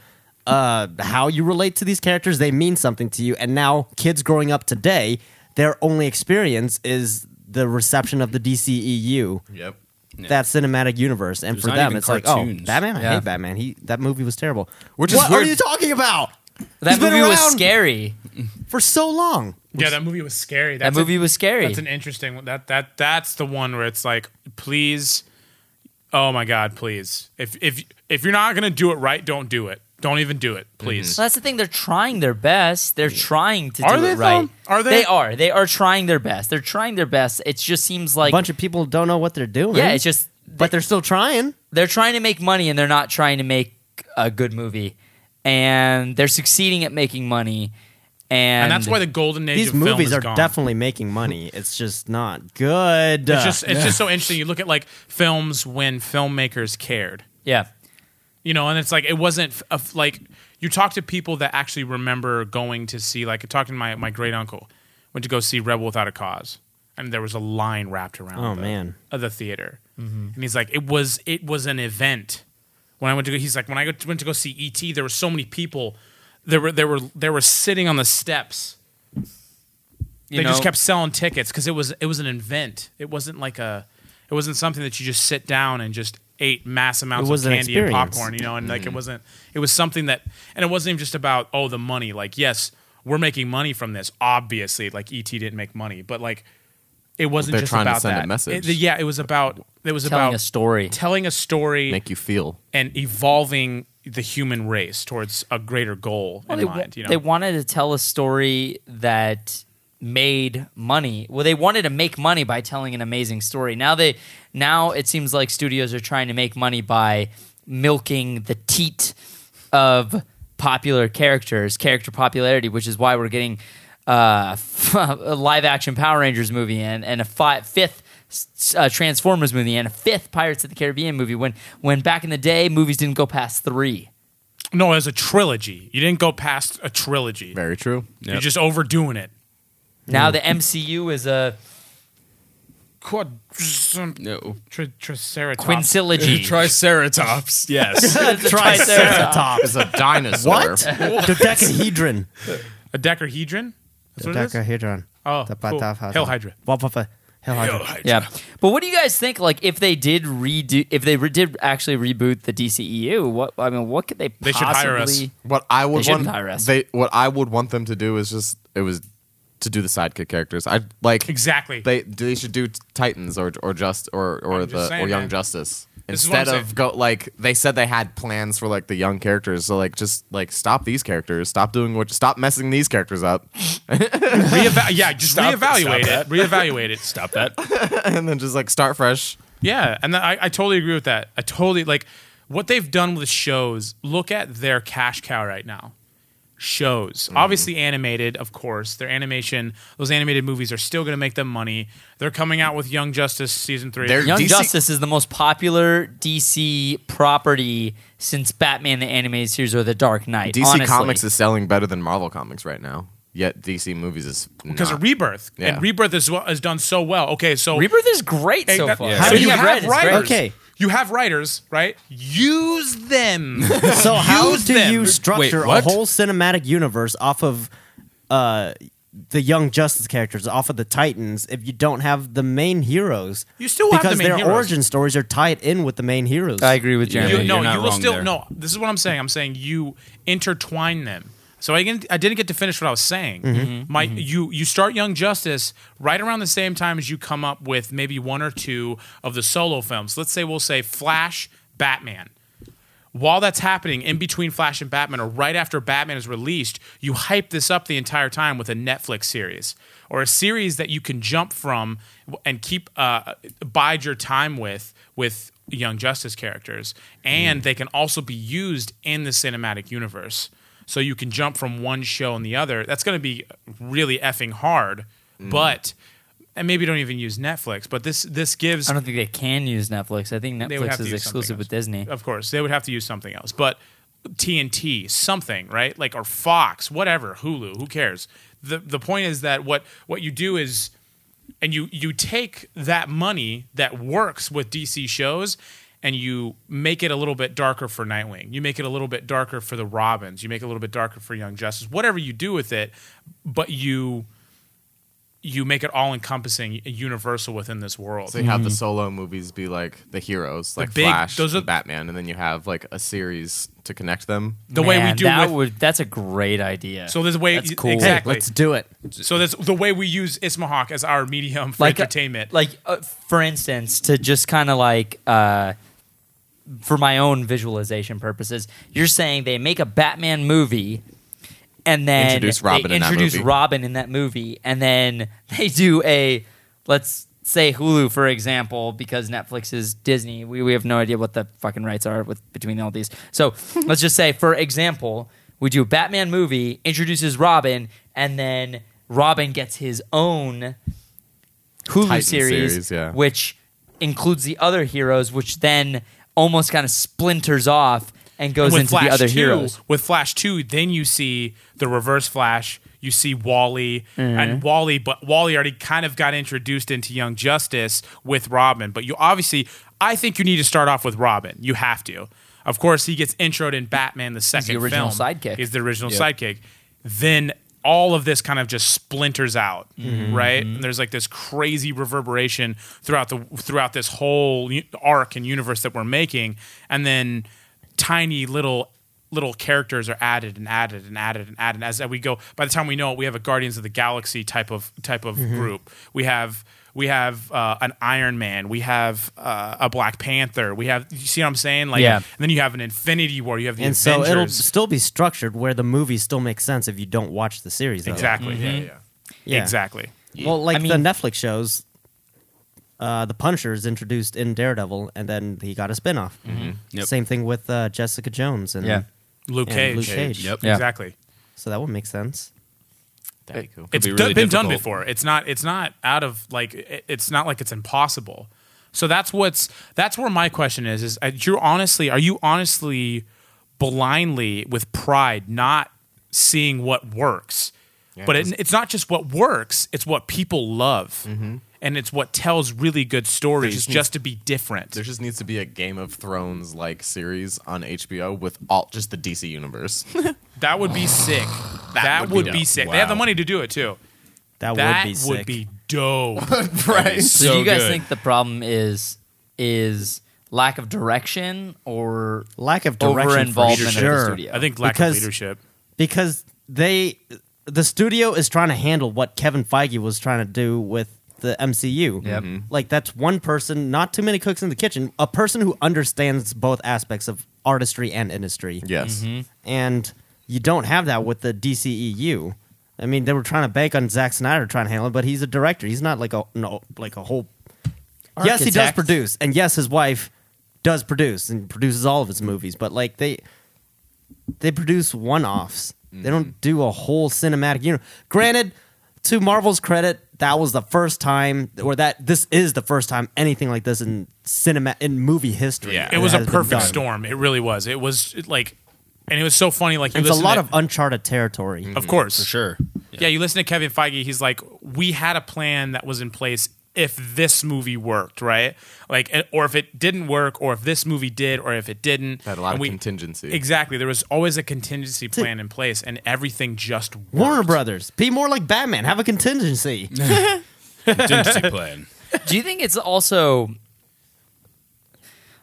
D: uh, how you relate to these characters, they mean something to you. And now kids growing up today, their only experience is the reception of the E DCEU.
B: Yep.
D: That cinematic universe, and
E: There's
D: for
E: not
D: them,
E: even
D: it's like, oh,
E: cartoons.
D: Batman! I
A: Yeah.
D: hate Batman. He that movie was terrible.
B: Which is
D: what are
B: weird.
D: you talking about?
A: that
D: He's been
A: movie was
D: around
A: scary.
D: for so long.
C: Yeah, that movie was scary.
A: That
C: That's
A: movie
C: a,
A: was scary.
C: That's an interesting one. That that that's the one where it's like, please, oh my god, please. If if if you're not gonna do it right, don't do it. Don't even do it, please.
D: Mm-hmm.
A: Well, that's the thing. They're trying their best. They're trying to
C: Are
A: do
C: they,
A: it right.
C: though? Are they?
A: They are. They are trying their best. They're trying their best. It just seems like
D: A bunch of people don't know what they're doing.
A: yeah. It's just
D: but they're still trying.
A: they're trying to make money and they're not trying to make a good movie and they're succeeding at making money and,
C: And that's why the golden age
D: These
C: of film
D: movies
C: is
D: are
C: gone.
D: definitely making money. It's just not good.
C: It's just it's just so interesting. You look at like films when filmmakers cared.
A: yeah
C: you know and it's like it wasn't f- a f- like you talk to people that actually remember going to see like talking to my, my great uncle went to go see rebel without a cause and there was a line wrapped around
D: Oh,
C: the,
D: man.
C: of the theater and he's like it was it was an event when i went to go he's like when i go- went to go see et there were so many people there were there were there were sitting on the steps
A: you
C: they just
A: know,
C: kept selling tickets because it was it was an event it wasn't like a it wasn't something that you just sit down and just ate mass amounts of
D: was an
C: candy and
D: experience.
C: popcorn you know and
B: Mm-hmm.
C: like it wasn't it was something that and it wasn't even just about oh the money like yes we're making money from this obviously like et didn't make money but like it wasn't
B: They're
C: just
B: trying to
C: about
B: send a
C: that
B: message.
C: It- yeah it was about it was
A: telling
C: about
A: a story
C: telling a story
B: Make you feel.
C: and evolving the human race towards a greater goal
A: Well,
C: in
A: they, wa-
C: mind you know
A: they wanted to tell a story that made money well they wanted to make money by telling an amazing story now they now it seems like studios are trying to make money by milking the teat of popular characters character popularity which is why we're getting uh, *laughs* a live action power rangers movie and, and a fi- fifth s- uh, transformers movie and a fifth pirates of the caribbean movie when when back in the day movies didn't go past three
C: no it was a trilogy you didn't go past a trilogy
B: Very true.
E: Yep.
C: You're just overdoing it.
A: Now the MCU is a
C: Quadriceratops.
E: No.
A: quintilogy.
B: *laughs*
A: *laughs*
E: Triceratops. Yes.
A: It's a triceratops.
B: It's a dinosaur.
C: *laughs*
D: what the decahedron.
C: A decahedron? That's what it is?
D: decahedron.
C: Oh,
D: The
C: cool.
D: pataphyton.
C: Hell Hydra.
D: Wapapa- Hell,
E: *laughs* Oh,
D: I-
A: Yeah, but what do you guys think? Like, if they did redo, if they re- did actually reboot the DCEU, what I mean, what could they? Possibly,
C: They should hire us.
B: What I
A: They
B: would
A: shouldn't
B: want
A: hire us.
B: they what I would want them to do is just it was to do the sidekick characters. I like
C: Exactly.
B: they they should do Titans or or just or or
C: I'm just
B: the
C: saying,
B: or Young
C: man.
B: Justice
C: This is what I'm
B: instead of
C: saying.
B: go like they said they had plans for like the young characters. So like just like stop these characters, stop doing what, stop messing these characters up,
C: Reeva- yeah, just reevaluate
E: stop
C: it. Reevaluate it.
E: Stop that.
B: *laughs* and then just like start fresh.
C: Yeah, and I, I totally agree with that. I totally like what they've done with shows. Look at their cash cow right now. Shows, obviously animated, of course. Their animation, those animated movies are still going to make them money. They're coming out with Young Justice season 3
B: They're-
A: Young
B: DC
A: Justice is the most popular DC property since Batman the Animated Series or The Dark Knight.
B: DC
A: honestly.
B: Comics is selling better than Marvel Comics right now. Yet DC movies is
C: because
B: not.
C: of Rebirth,
B: Yeah.
C: and Rebirth is what has done so well. Okay, so
A: Rebirth is great
C: Hey,
A: so
C: that-
A: far.
E: Yeah.
A: How
C: so
A: do
C: you
A: have
C: have
A: read? It's great.
C: writers.
D: Okay.
C: you have writers, right? Use them.
D: *laughs* So how
C: Use
D: do
C: them.
D: you structure a
E: what?
D: whole cinematic universe off of uh, the Young Justice characters, off of the Titans, if you don't have the main heroes?
C: You still have
D: because
C: the main
D: their
C: heroes.
D: origin stories are tied in with the main heroes.
A: I agree with Jeremy.
E: Yeah,
C: You,
E: you're
C: no,
E: not
C: you will
E: wrong
C: still
E: there.
C: no. This is what I'm saying. I'm saying you intertwine them. So I didn't, I didn't get to finish what I was saying.
D: Mm-hmm.
C: Mm-hmm. My,
E: Mm-hmm.
C: you you start Young Justice right around the same time as you come up with maybe one or two of the solo films. Let's say we'll say Flash, Batman. While that's happening in between Flash and Batman, or right after Batman is released, you hype this up the entire time with a Netflix series or a series that you can jump from and keep uh, bide your time with with Young Justice characters, and
A: Mm.
C: they can also be used in the cinematic universe. So you can jump from one show and the other. That's going to be really effing hard,
A: Mm.
C: but and maybe don't even use Netflix. But this this gives
A: I don't think they can use Netflix. I think
C: they
A: Netflix
C: would have to
A: is
C: use something
A: exclusive with
C: else.
A: Disney.
C: Of course, they would have to use something else. But TNT, something, right? Like or Fox, whatever, Hulu, who cares? The the point is that what what you do is and you you take that money that works with DC shows and you make it a little bit darker for Nightwing. You make it a little bit darker for the Robins. You make it a little bit darker for Young Justice. Whatever you do with it, but you you make it all encompassing, universal within this world.
B: So you have the solo movies be like the heroes, like
C: Mm. big-
B: Flash,
C: those are-
B: and Batman, and then you have like a series to connect them.
C: the way we
A: Man,
C: do
A: that
C: with,
A: would that's a great idea.
C: So there's a way
A: That's cool.
D: Hey,
C: exactly.
D: let's do it.
C: so that's the way we use Ismahawk as our medium for
A: Like, uh,
C: entertainment.
A: Like uh, for instance, to just kind of like uh, for my own visualization purposes, you're saying they make a Batman movie. And then
B: Introduce Robin
A: they
B: in that
A: introduce
B: movie.
A: Robin in that movie, and then *laughs* they do a let's say Hulu for example, because Netflix is Disney. We, we have no idea what the fucking rights are with between all these.
B: *laughs*
A: So let's just say, for example, we do a Batman movie, introduces Robin, and then Robin gets his own Hulu
B: Titan
A: series,
B: series, yeah.
A: which includes the other heroes, which then almost kind of splinters off and goes
C: with
A: into
C: Flash
A: the other
C: 2,
A: heroes.
C: With Flash Two, then you see the Reverse Flash. You see Wally
A: Mm-hmm.
C: and Wally, but Wally already kind of got introduced into Young Justice with Robin. But you obviously, I think you need to start off with Robin. You have to. Of course, he gets introed in Batman the second
A: original
C: film.
A: sidekick.
C: He's the original
E: Yeah.
C: sidekick. Then all of this kind of just splinters out,
D: Mm-hmm.
C: right? And there's like this crazy reverberation throughout the throughout this whole u- arc and universe that we're making, and then tiny little little characters are added and added and added and added as we go. By the time we know it, we have a Guardians of the Galaxy type of type of
D: Mm-hmm.
C: group. We have we have uh, an Iron Man. We have uh, a Black Panther. We have you see what I'm saying? Like,
A: Yeah.
C: and then you have an Infinity War. You have the
D: And
C: Avengers.
D: so it'll still be structured where the movie still makes sense if you don't watch the series. though.
C: Exactly. Yeah, yeah,
D: Yeah.
C: Mm-hmm. Exactly.
D: Well, like
A: I
D: the
A: mean-
D: Netflix shows, uh, the Punisher is introduced in Daredevil, and then he got a spinoff.
E: Yep.
D: Same thing with uh, Jessica Jones and
A: Mm-hmm. Yeah.
C: Luke
D: and
C: Cage.
D: Luke Cage.
E: Yep.
A: Yeah.
C: Exactly.
D: So that would make sense.
B: That'd be cool.
E: Could
C: It's
E: be
C: d-
E: really
C: been done
E: difficult.
C: before. It's not it's not out of like it- it's not like it's impossible. So that's what's that's where my question is is uh, you're honestly are you honestly blindly with pride not seeing what works. but it, it's not just what works, it's what people love. And it's what tells really good stories
B: just
C: just,
B: needs-
C: to be different.
B: There just needs to be a Game of Thrones like series on HBO with all just the DC
C: *laughs*
B: universe.
C: That would be sick. That,
B: would be
C: would,
B: dope.
C: be, sick. They have the
B: Wow.
C: money to do it too.
D: That,
C: That
D: would be sick.
C: dope.
B: right.
A: So, do you guys
E: good.
A: think the problem is is lack of direction or
D: Lack of direction
A: over involvement
D: for
A: of the
D: sure.
A: studio?
C: I think lack
D: Because-
C: of leadership.
D: because they the studio is trying to handle what Kevin Feige was trying to do with the MCU.
E: Yep. Mhm.
D: Like that's one person, not too many cooks in the kitchen, a person who understands both aspects of artistry and industry.
B: Yes.
C: Mm-hmm.
D: And you don't have that with the DCEU. I mean, they were trying to bank on Zack Snyder trying to handle it, but he's a director. He's not like a no, like a whole Yes, he does
A: Architect.
D: produce, and yes, his wife does produce and produces all of his movies. But like they, they produce one-offs. They don't do a whole cinematic universe. Granted, to Marvel's credit, that was the first time, or that this is the first time anything like this in cinema in movie history.
B: Yeah.
C: It was a
D: has been
C: perfect
D: done.
C: storm. It really was. It was it, like, and it was so funny. Like you
D: It's a
C: listen
D: lot
C: to-
D: of uncharted territory.
C: of course,
E: *laughs* for sure. Yeah.
C: Yeah. you listen to Kevin Feige. He's like, we had a plan that was in place if this movie worked, right? Like, and- or if it didn't work, or if this movie did, or if it didn't.
B: Had a lot
C: And
B: of
C: we-
B: contingency.
C: Exactly. There was always a contingency plan in place, and everything just worked.
D: Warner Brothers, be more like Batman. Have a contingency.
E: *laughs* Contingency plan.
A: Do you think it's also?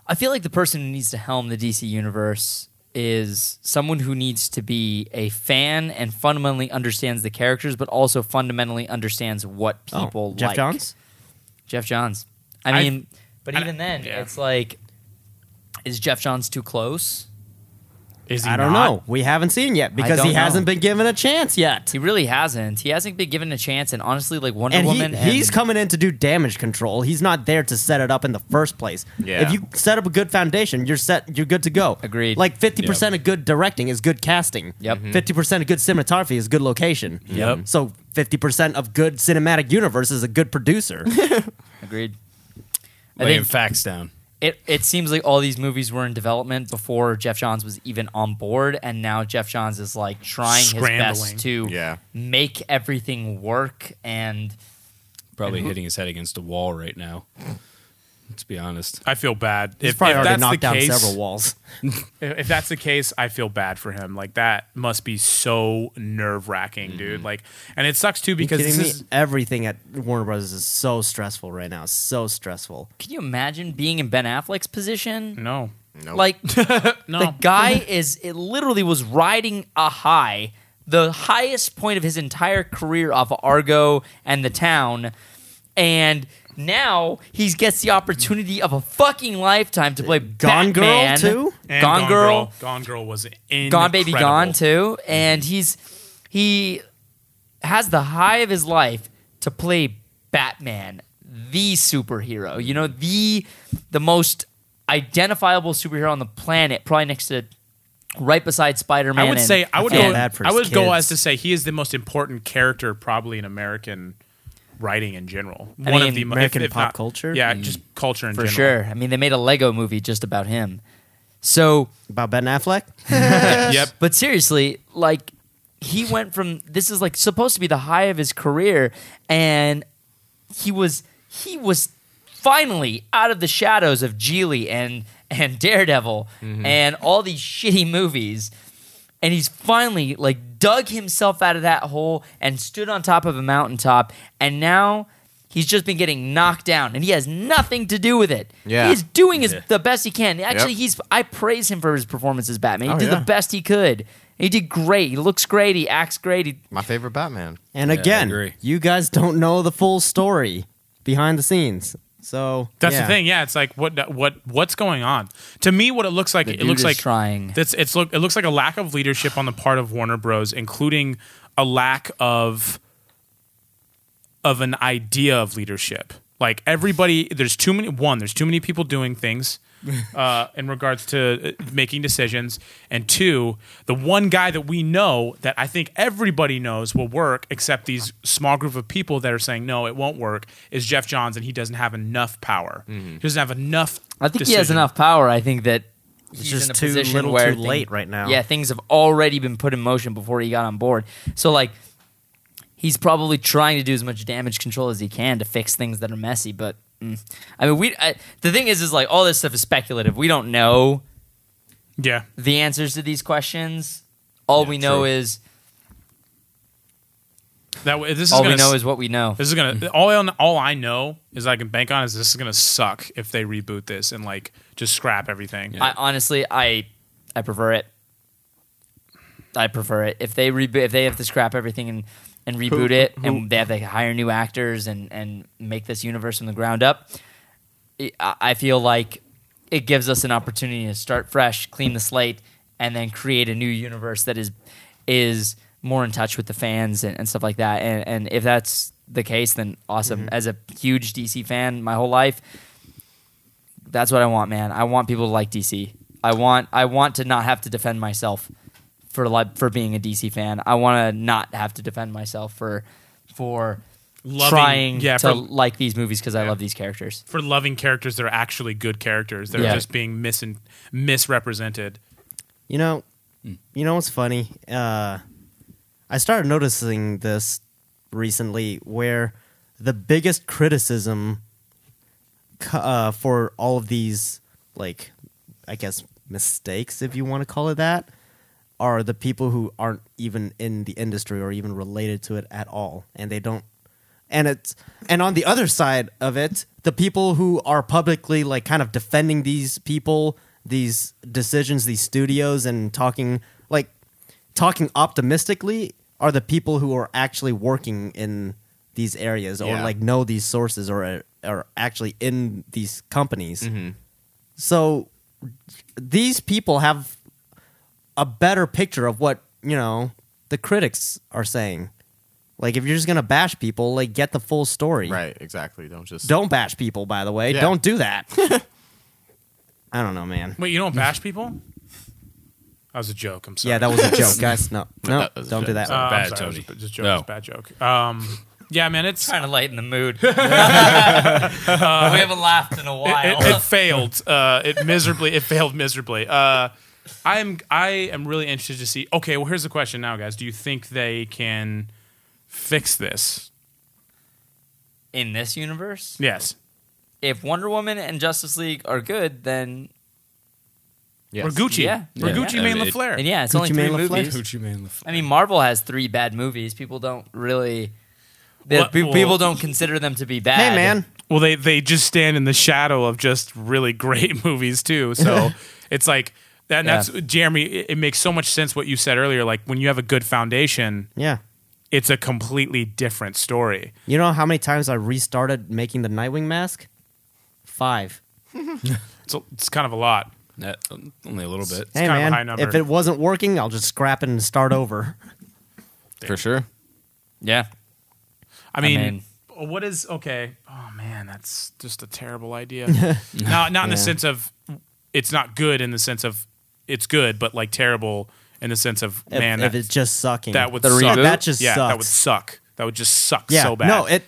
A: I feel like the person who needs to helm the DC universe is someone who needs to be a fan and fundamentally understands the characters, but also fundamentally understands what
D: Oh,
A: people
D: Jeff
A: like.
D: Johns.
A: Jeff Johns. I
C: I-
A: mean, but
C: I-
A: even then,
C: yeah.
A: it's like, is Jeff Johns too close?
C: Is he
D: I don't
C: not?
D: know. We haven't seen yet because he
A: don't know.
D: hasn't been given a chance yet.
A: He really hasn't. He hasn't been given a chance, and honestly, like Wonder
D: and
A: Woman,
D: he, he's
A: and-
D: coming in to do damage control. He's not there to set it up in the first place.
B: Yeah.
D: If you set up a good foundation, you're set. You're good to go.
A: Agreed.
D: Like fifty percent of good directing is good casting. Mm-hmm.
A: Yep. Mhm.
D: Fifty percent of good cinematography is good location.
A: Yep.
D: So fifty percent of good cinematic universe is a
A: *laughs*
D: good producer.
A: agreed. I
E: Laying
A: think
E: facts down.
A: it, it seems like all these movies were in development before Jeff Johns was even on board, and now Jeff Johns is like trying his
C: Scrambling.
A: best to
B: Yeah.
A: make everything work. And
E: Probably hitting his head against a wall right now. Let's be honest.
C: I feel bad.
D: He's
C: if,
D: probably
C: if
D: already
C: that's
D: knocked
C: the
D: down
C: case,
D: several walls.
C: If if that's the case, I feel bad for him. Like that must be so nerve wracking, dude. Like, and it sucks too because
D: Kidding
C: this
D: me?
C: is
D: Everything at Warner Brothers is so stressful right now. So stressful.
A: can you imagine being in Ben Affleck's position?
C: no,
B: Nope.
D: *laughs*
A: Like
C: no.
A: the guy is it literally was riding a high, the highest point of his entire career off of Argo and the town, and now he gets the opportunity of a fucking lifetime to play
D: Gone Girl,
A: Batman.
D: too?
C: And
A: Gone, Girl.
C: Gone Girl was in
A: Gone Baby Gone too,
C: Mm-hmm.
A: and he's he has the high of his life to play Batman, the superhero. You know, the the most identifiable superhero on the planet, probably next to right beside Spider Man.
C: I would say I would
D: feel
C: go.
D: bad for
C: I
D: his
C: would go
D: kids.
C: as to say he is the most important character probably in American writing in general.
A: I
C: One
A: mean,
C: of the mo- if-
D: American
C: if
D: pop
C: not-
D: culture?
C: Yeah, just culture in
A: Mm. for
C: general.
A: sure. I mean, they made a Lego movie just about him. So
D: About Ben Affleck.
C: Yep.
A: But seriously, like he went from this is like supposed to be the high of his career, and he was he was finally out of the shadows of Geely and and Daredevil and all these shitty movies, and he's finally like dug himself out of that hole and stood on top of a mountaintop, and now. He's just been getting knocked down, and he has nothing to do with it.
B: Yeah.
A: he's doing his,
E: Yeah.
A: the best he can. Actually,
B: Yep.
A: he's I praise him for his performance as Batman. He
B: Oh,
A: did
B: yeah.
A: the best he could. He did great. He looks great. He acts great. He,
B: My favorite Batman.
D: And
E: Yeah, I
D: again,
E: agree.
D: you guys don't know the full story behind the scenes. So
C: That's
D: yeah.
C: the thing. Yeah, it's like what what what's going on? To me, what it looks like,
A: The
C: it looks
A: dude is
C: like
A: trying.
C: That's it's look. It looks like a lack of leadership on the part of Warner Bros, including a lack of of an idea of leadership. Like everybody, there's too many. One, there's too many people doing things
A: *laughs*
C: uh, in regards to uh, making decisions, and two, the one guy that we know that I think everybody knows will work, except these small group of people that are saying no, it won't work, is Jeff Johns, and he doesn't have enough power.
A: Mm-hmm.
C: He doesn't have enough.
A: I think he has
C: decision.
A: enough power. I think that he's
D: just
A: in a
D: too
A: position
D: little
A: where
D: too late right now.
A: Yeah, things have already been put in motion before he got on board. So like, he's probably trying to do as much damage control as he can to fix things that are messy. But mm. I mean, we I, the thing is, is like all this stuff is speculative. We don't know
C: Yeah.
A: the answers to these questions. All we know
E: true.
A: is
C: That way, this is
A: all
C: gonna
A: we know
C: s-
A: is what we know.
C: This is gonna all I, all I know is I can bank on is this is gonna suck if they reboot this and like just scrap everything.
A: I honestly, I I prefer it. I prefer it. If they reboot, if they have to scrap everything and and reboot it, and they have to hire new actors and and make this universe from the ground up, I- I feel like it gives us an opportunity to start fresh, clean the slate, and then create a new universe that is is more in touch with the fans and, and stuff like that. And and if that's the case, then awesome. As a huge DC fan my whole life, that's what I want, man. I want people to like DC. I want I want to not have to defend myself for like for being a DC fan. I want to not have to defend myself for for
C: Loving-
A: trying
C: yeah,
A: to
C: for-
A: like these movies because I love these characters.
C: for loving characters that are actually good characters that
A: Yeah.
C: are just being mis- misrepresented.
D: You know, you know what's funny? Uh, I started noticing this recently, where the biggest criticism co- uh, for all of these, like, I guess mistakes, if you want to call it that, are the people who aren't even in the industry or even related to it at all, and they don't. And it's and on the other side of it, the people who are publicly like kind of defending these people, these decisions, these studios, and talking like talking optimistically are the people who are actually working in these areas or
B: Yeah.
D: like know these sources or are actually in these companies. So these people have a better picture of what you know the critics are saying. Like if you're just gonna bash people, like get the full story.
B: Right, exactly. Don't just
D: Don't bash people, by the way.
B: Yeah.
D: Don't
B: *laughs*
D: do that. I don't know, man.
C: Wait, you don't bash people? That was a joke. I'm sorry.
D: Yeah, that was a
B: *laughs*
D: joke, guys. No, no,
B: That was a
D: don't do
B: joke.
D: that.
C: Uh, I'm
E: Bad,
C: sorry,
E: Tony.
C: it was a- just joke.
E: No.
C: It was a bad joke. Um, yeah, man, it's it,
A: Trying to lighten the
C: *laughs*
A: mood. *laughs* we haven't laughed in a
C: it,
A: while.
C: it failed. Uh, it miserably. It failed miserably. Uh, I am. I am really interested to see. Okay, well, here's the question now, guys. Do you think they can fix this?
A: in this universe,
C: Yes.
A: if Wonder Woman and Justice League are good, then
B: Yes.
C: Ragucci.
A: Yeah.
C: Ragucci
E: Yeah.
C: made
E: It-
C: LaFleur.
A: then yeah, it's only
D: Gucci
A: three
D: Mane LaFleur?
A: movies. I mean, Marvel has three bad movies. People don't really.
C: Well,
A: pe-
C: well-
A: people don't consider them to be bad.
D: hey, man.
C: Well, they they just stand in the shadow of just really great *laughs* movies too. So it's like that. And
A: Yeah.
C: That's Jeremy. It, it makes so much sense what you said earlier. Like when you have a good foundation,
D: Yeah.
C: it's a completely different story.
D: You know how many times I restarted making the Nightwing mask? Five.
C: It's a- it's kind of a lot.
E: That- um, only a little bit.
D: hey,
C: kind of a
D: man.
C: high number.
D: If it wasn't working, I'll just scrap it and start over.
B: for sure.
A: Yeah.
C: I mean,
A: mean-
C: what is okay? Oh man, that's just a terrible idea. not not in the sense of it's not good. In the sense of it's good, but like terrible in the sense of
D: If,
C: man
D: if
C: that,
D: it's just sucking.
C: that would
A: The
C: suck.
A: reboot?
D: That just
C: yeah,
D: sucks.
C: that would suck. That would just suck
D: yeah.
C: so bad.
D: No, it.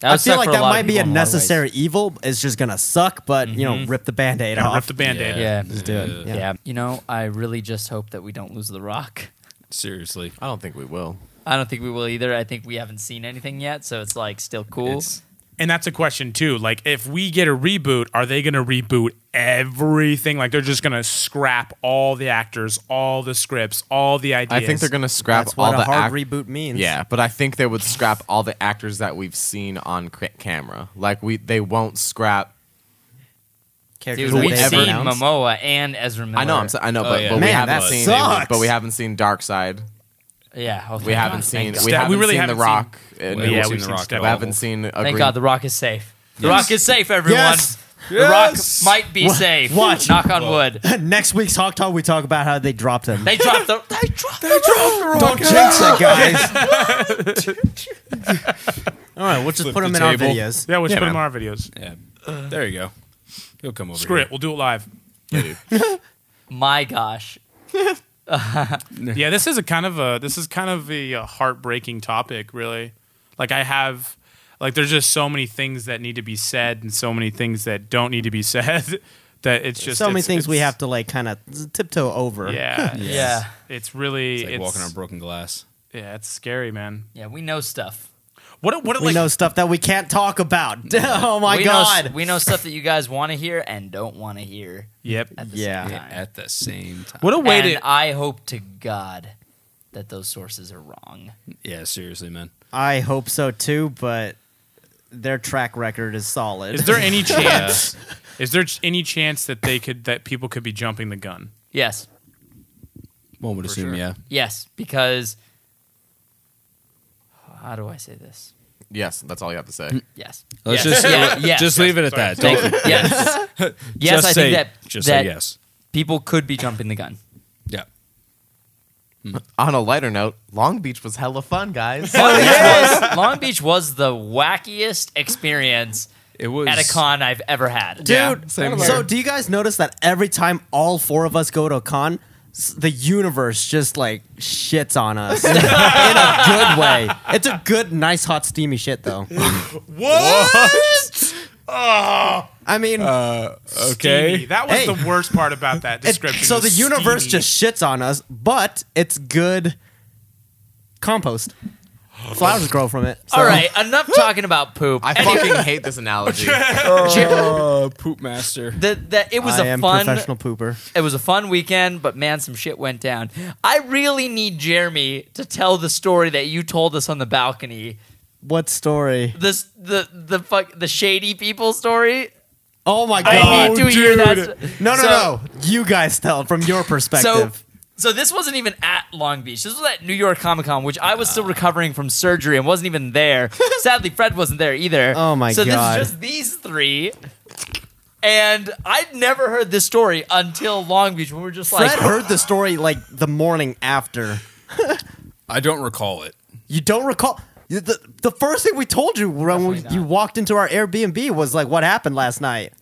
A: That
D: I
A: would
D: feel
A: suck
D: like
A: for a
D: that
A: lot of
D: might be
A: people
D: a
A: in lot of ways. Mm-hmm.
D: necessary evil. It's just gonna suck, but you know, rip the band-aid
C: Yeah,
D: off.
C: rip the band-aid.
A: Yeah.
D: Just do it.
E: Yeah.
D: Yeah.
A: Yeah. You know, I really just hope that we don't lose The Rock.
E: Seriously.
B: I don't think we will.
A: I don't think we will either. I think we haven't seen anything yet, so it's like still cool.
E: It's-
C: And that's a question too. Like, if we get a reboot, are they going to reboot everything? Like, they're just going to scrap all the actors, all the scripts, all the
B: I
C: ideas.
B: think they're going to scrap
D: That's
B: all
D: what
B: the
D: a hard
B: act-
D: reboot means.
B: Yeah, but I think they would scrap all the actors that we've seen on c- camera. Like we, they won't scrap.
D: Characters
A: Dude,
D: that
B: Who
A: we've
D: they've
A: seen
D: announced.
A: Momoa and Ezra Miller.
B: I know, I'm, so- I know,
E: Oh,
B: but,
E: yeah.
B: but we
D: Man,
B: haven't
D: that
B: seen,
D: sucks.
B: but we haven't seen Dark Side.
A: yeah. oh,
B: We
A: thank
B: haven't
A: God.
B: seen,
A: Thank
B: we
C: God.
B: haven't
C: We really
B: seen
C: haven't
B: The Rock. and
E: Well,
C: yeah,
E: we've
C: we've
E: seen
C: seen
E: Rock
C: Step
B: we haven't seen. A
A: Thank
B: green-
A: God The Rock is safe. The Rock is safe, everyone.
D: Yes.
A: The Rock might be safe.
D: Watch.
A: Knock on wood.
D: *laughs* Next week's Hawk Talk, we talk about how they dropped Oh, him.
A: They dropped
D: *laughs*
A: the. They dropped the.
D: Don't jinx it, guys.
A: *laughs*
D: All right, we'll just
E: Flip
D: put
E: the
D: them in our
E: table.
D: videos.
C: Yeah, we'll
B: Yeah,
C: put them in
B: man.
C: our videos.
E: Yeah. There you go. He'll come over.
C: Screw
E: here.
C: it. We'll do it live.
A: My gosh.
C: Yeah, this is a kind of a this is kind of a uh, heartbreaking topic, really. Like I have, like there's just so many things that need to be said, and so many things that don't need to be *laughs* said. That it's just
D: so many
C: it's-
D: things we
C: it's-
D: have to like kind of tiptoe
C: *laughs*
D: over.
C: Yeah, it's-
A: Yeah.
C: It's really
E: It's like walking on
C: it's-
E: broken glass.
C: yeah, it's scary, man.
A: Yeah, we know stuff.
C: What what
D: We
C: like
D: know stuff that we can't talk about. *laughs* oh my
A: we Know,
D: god.
A: we know stuff that you guys want to hear and don't want to hear.
C: Yep.
A: At the
D: Yeah.
A: Same time.
E: At the same time.
C: *laughs* What a way
A: and
C: to
A: I hope to God that those sources are wrong.
E: Yeah, seriously, man.
D: I hope so too, but their track record is solid.
C: Is
B: *laughs*
C: there any chance? Is there any chance that they could that people could be jumping the gun?
A: Yes.
E: One would
C: For
E: assume,
C: sure.
E: yeah.
A: Yes, because how do I say this?
B: Yes, that's all you have to say.
A: Yes.
E: Let's
A: yes.
E: just *laughs*
A: yeah, yes.
E: just leave it at that.
A: Thank
E: Don't
A: you. *laughs* Yes. yes,
E: just
A: I
E: say,
A: think that
E: just
A: that
E: say yes.
A: people could be jumping the
E: *laughs*
A: gun.
E: Yeah.
B: On a lighter note, Long Beach was hella fun,
D: *laughs*
B: guys.
A: Long, Beach was, Long Beach was the wackiest experience
E: It was
A: at a con I've ever had.
D: Dude,
C: Yeah,
B: same
D: so
B: here.
D: do you guys notice that every time all four of us go to a con, s- the universe just like shits
A: *laughs*
D: on us in a good way. It's a good, nice, hot, steamy shit, though.
C: What? *laughs*
D: I mean,
E: *laughs*
A: Uh,
E: Okay.
C: Oh, Stevie, that was
D: Hey.
C: the worst part about that
D: it-
C: description.
D: so the
C: was
D: universe
C: Stevie.
D: just shits on us, but it's good compost. Flowers grow from it. so-
A: Oh, All right, enough talking about poop.
B: I fucking hate this
A: *laughs*
B: analogy.
E: uh, poop master.
A: The, the, it was
D: I
A: a
D: am
A: fun
D: professional pooper.
A: it was a fun weekend, but man, some shit went down. I really need Jeremy to tell the story that you told us on the balcony.
D: What story?
A: This the the fuck the shady people story.
D: Oh my god!
A: I need to hear that.
D: No, no,
A: So-
D: no. You guys tell from
A: *laughs*
D: your
A: So,
D: perspective.
A: so this wasn't even at Long Beach. This was at New York Comic Con, which I was still recovering from surgery and wasn't even
D: *laughs*
A: there. Sadly, Fred wasn't there either.
D: Oh my
A: So
D: God.
A: this is just these three. And I'd never heard this story until Long Beach. when We were just
D: Fred
A: like,
D: heard the story like the morning after.
E: I don't recall it.
D: You don't recall. you- The, the first thing we told you when we,
A: Definitely not.
D: you walked into our Airbnb was like, "What happened last night?"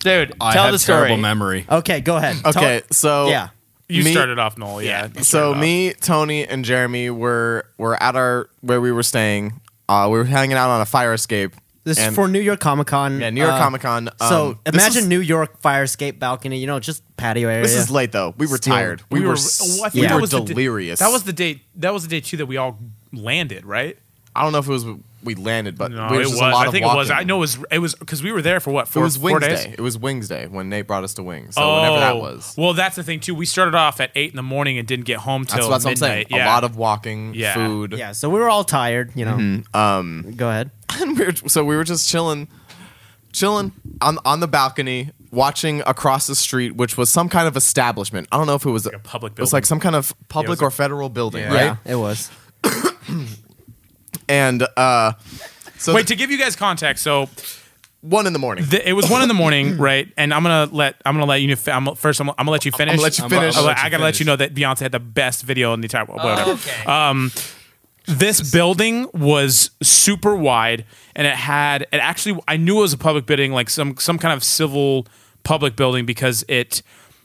A: dude,
E: I
A: tell
E: have
A: the story.
E: terrible memory.
D: Okay, go ahead. Tell-
B: Okay, so
D: yeah.
C: You
B: me-
C: started off, Noel. Yeah. you
B: So
C: started off.
B: me, Tony, and Jeremy were were at our where we were staying. Uh, we were hanging out on a fire escape.
D: This
B: and-
D: is for New York Comic Con.
B: yeah, New York Um,
D: uh,
B: Comic Con.
D: so imagine
B: New-
D: New York fire escape balcony. You know, just patio area.
B: this is late though. We were
D: Still-
B: tired. We, were
C: oh, I
B: s-
C: think
B: we
C: that
B: were
C: was the da-
B: delirious.
C: that was the day. That was the day too that we all landed, right?
B: I don't know if it was we landed, but
C: No,
B: we
C: it
B: was
C: was.
B: just a lot
C: I
B: of
C: think it
B: walking.
C: was. I know it was. It was because we were there for what?
B: It
C: Four,
B: was
C: four
B: Wings
C: days? Oh,
B: Day. It was Wings Day when Nate brought us to Wings. So whenever that was.
C: Well, that's the thing too. We started off at eight in the morning and didn't get home till
B: That's, that's what I'm saying.
C: midnight. Yeah.
B: A lot of walking,
C: Yeah.
B: food.
D: yeah. So we were all tired. You know.
B: Mm-hmm,
D: Um. Go ahead.
B: *laughs* and we were, so we were just chilling, chilling on on the balcony, watching across the street, which was some kind of establishment. I don't know if it was
C: a public
B: It was like
C: building.
B: some kind of
C: it
B: public
C: was a-
B: or federal building,
C: Yeah.
B: right?
D: Yeah, it was.
B: And uh, so
C: Wait to give you guys context. So
B: one in the morning.
C: th- it was one in
B: *clears throat*
C: the morning, right? And I'm gonna let I'm gonna let you fi- I'm, first. I'm, I'm gonna let you finish.
B: let you
C: I'm-
B: finish. Oh.
C: I'm-
E: I'll let
C: I
E: you
C: gotta let
E: finish.
C: you know that Beyonce had the best video in the entire world. Whatever.
A: okay.
C: this building was super wide and it had it actually i knew it was a public building like some some kind of civil public building because it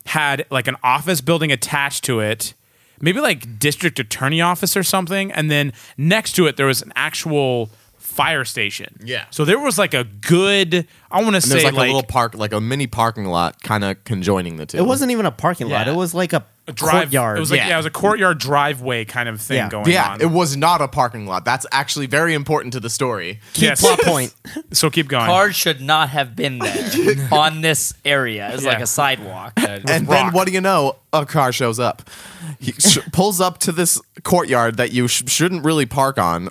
C: had like an office building attached to it maybe like district attorney office or something and then next to it there was an actual fire station
B: Yeah.
C: so there was like a good i want to
B: and there's
C: say
B: like,
C: like,
B: a little park, like a mini parking lot, kind of conjoining the two.
D: It wasn't even a parking lot.
C: Yeah.
D: It was like a,
C: a drive
D: courtyard.
C: it was like
B: Yeah.
C: yeah. it was a courtyard driveway kind of thing
D: Yeah.
C: going
B: Yeah,
C: on
B: it was not a parking lot. That's actually very important to the story.
D: Key
C: Yes.
D: plot point.
C: so keep going
A: Cars should not have been there on this area. It's like
C: Yeah.
A: a sidewalk.
B: and then
C: rock.
B: what do you know? A car shows up. He sh- *laughs* pulls up to this courtyard that you sh- shouldn't really park on,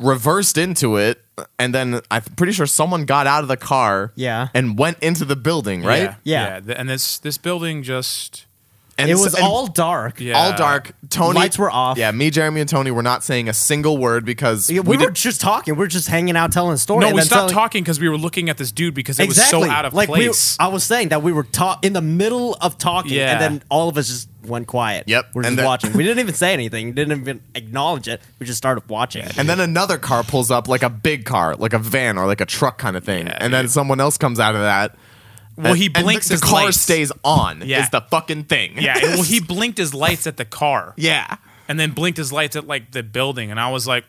B: reversed into it, and then I'm pretty sure someone got out of the car.
D: Yeah.
B: And went into the building, right?
C: yeah,
D: Yeah.
C: yeah. Th- and this this building just
B: *laughs* And
D: It
B: so-
D: was
B: and
D: all dark.
C: Yeah.
B: all dark. Tony
D: Lights were off.
B: Yeah, me, Jeremy, and Tony were not saying a single word because
D: We,
B: we
D: were
B: did-
D: just talking. We were just hanging out, telling a story.
C: No,
D: and
C: we
D: then
C: stopped
D: telling-
C: talking because we were looking at this dude because it
D: Exactly.
C: was so out of
D: like we-
C: place.
D: I was saying that we were ta- in the middle of talking,
C: Yeah.
D: and then all of us just went quiet.
B: Yep.
D: We're just
B: And then-
D: watching. we didn't even say anything. Didn't even acknowledge it. We just started watching.
B: And then another car pulls up, like a big car, like a van or like a truck kind of thing. and then someone else comes out of that.
C: well, he
B: And the-
C: blinks
B: The,
C: his
B: car
C: lights.
B: stays on.
C: Yeah.
B: Is the fucking thing.
C: Yeah, well, he blinked his lights at the car.
B: yeah.
C: and then blinked his lights at like the building, and I was like,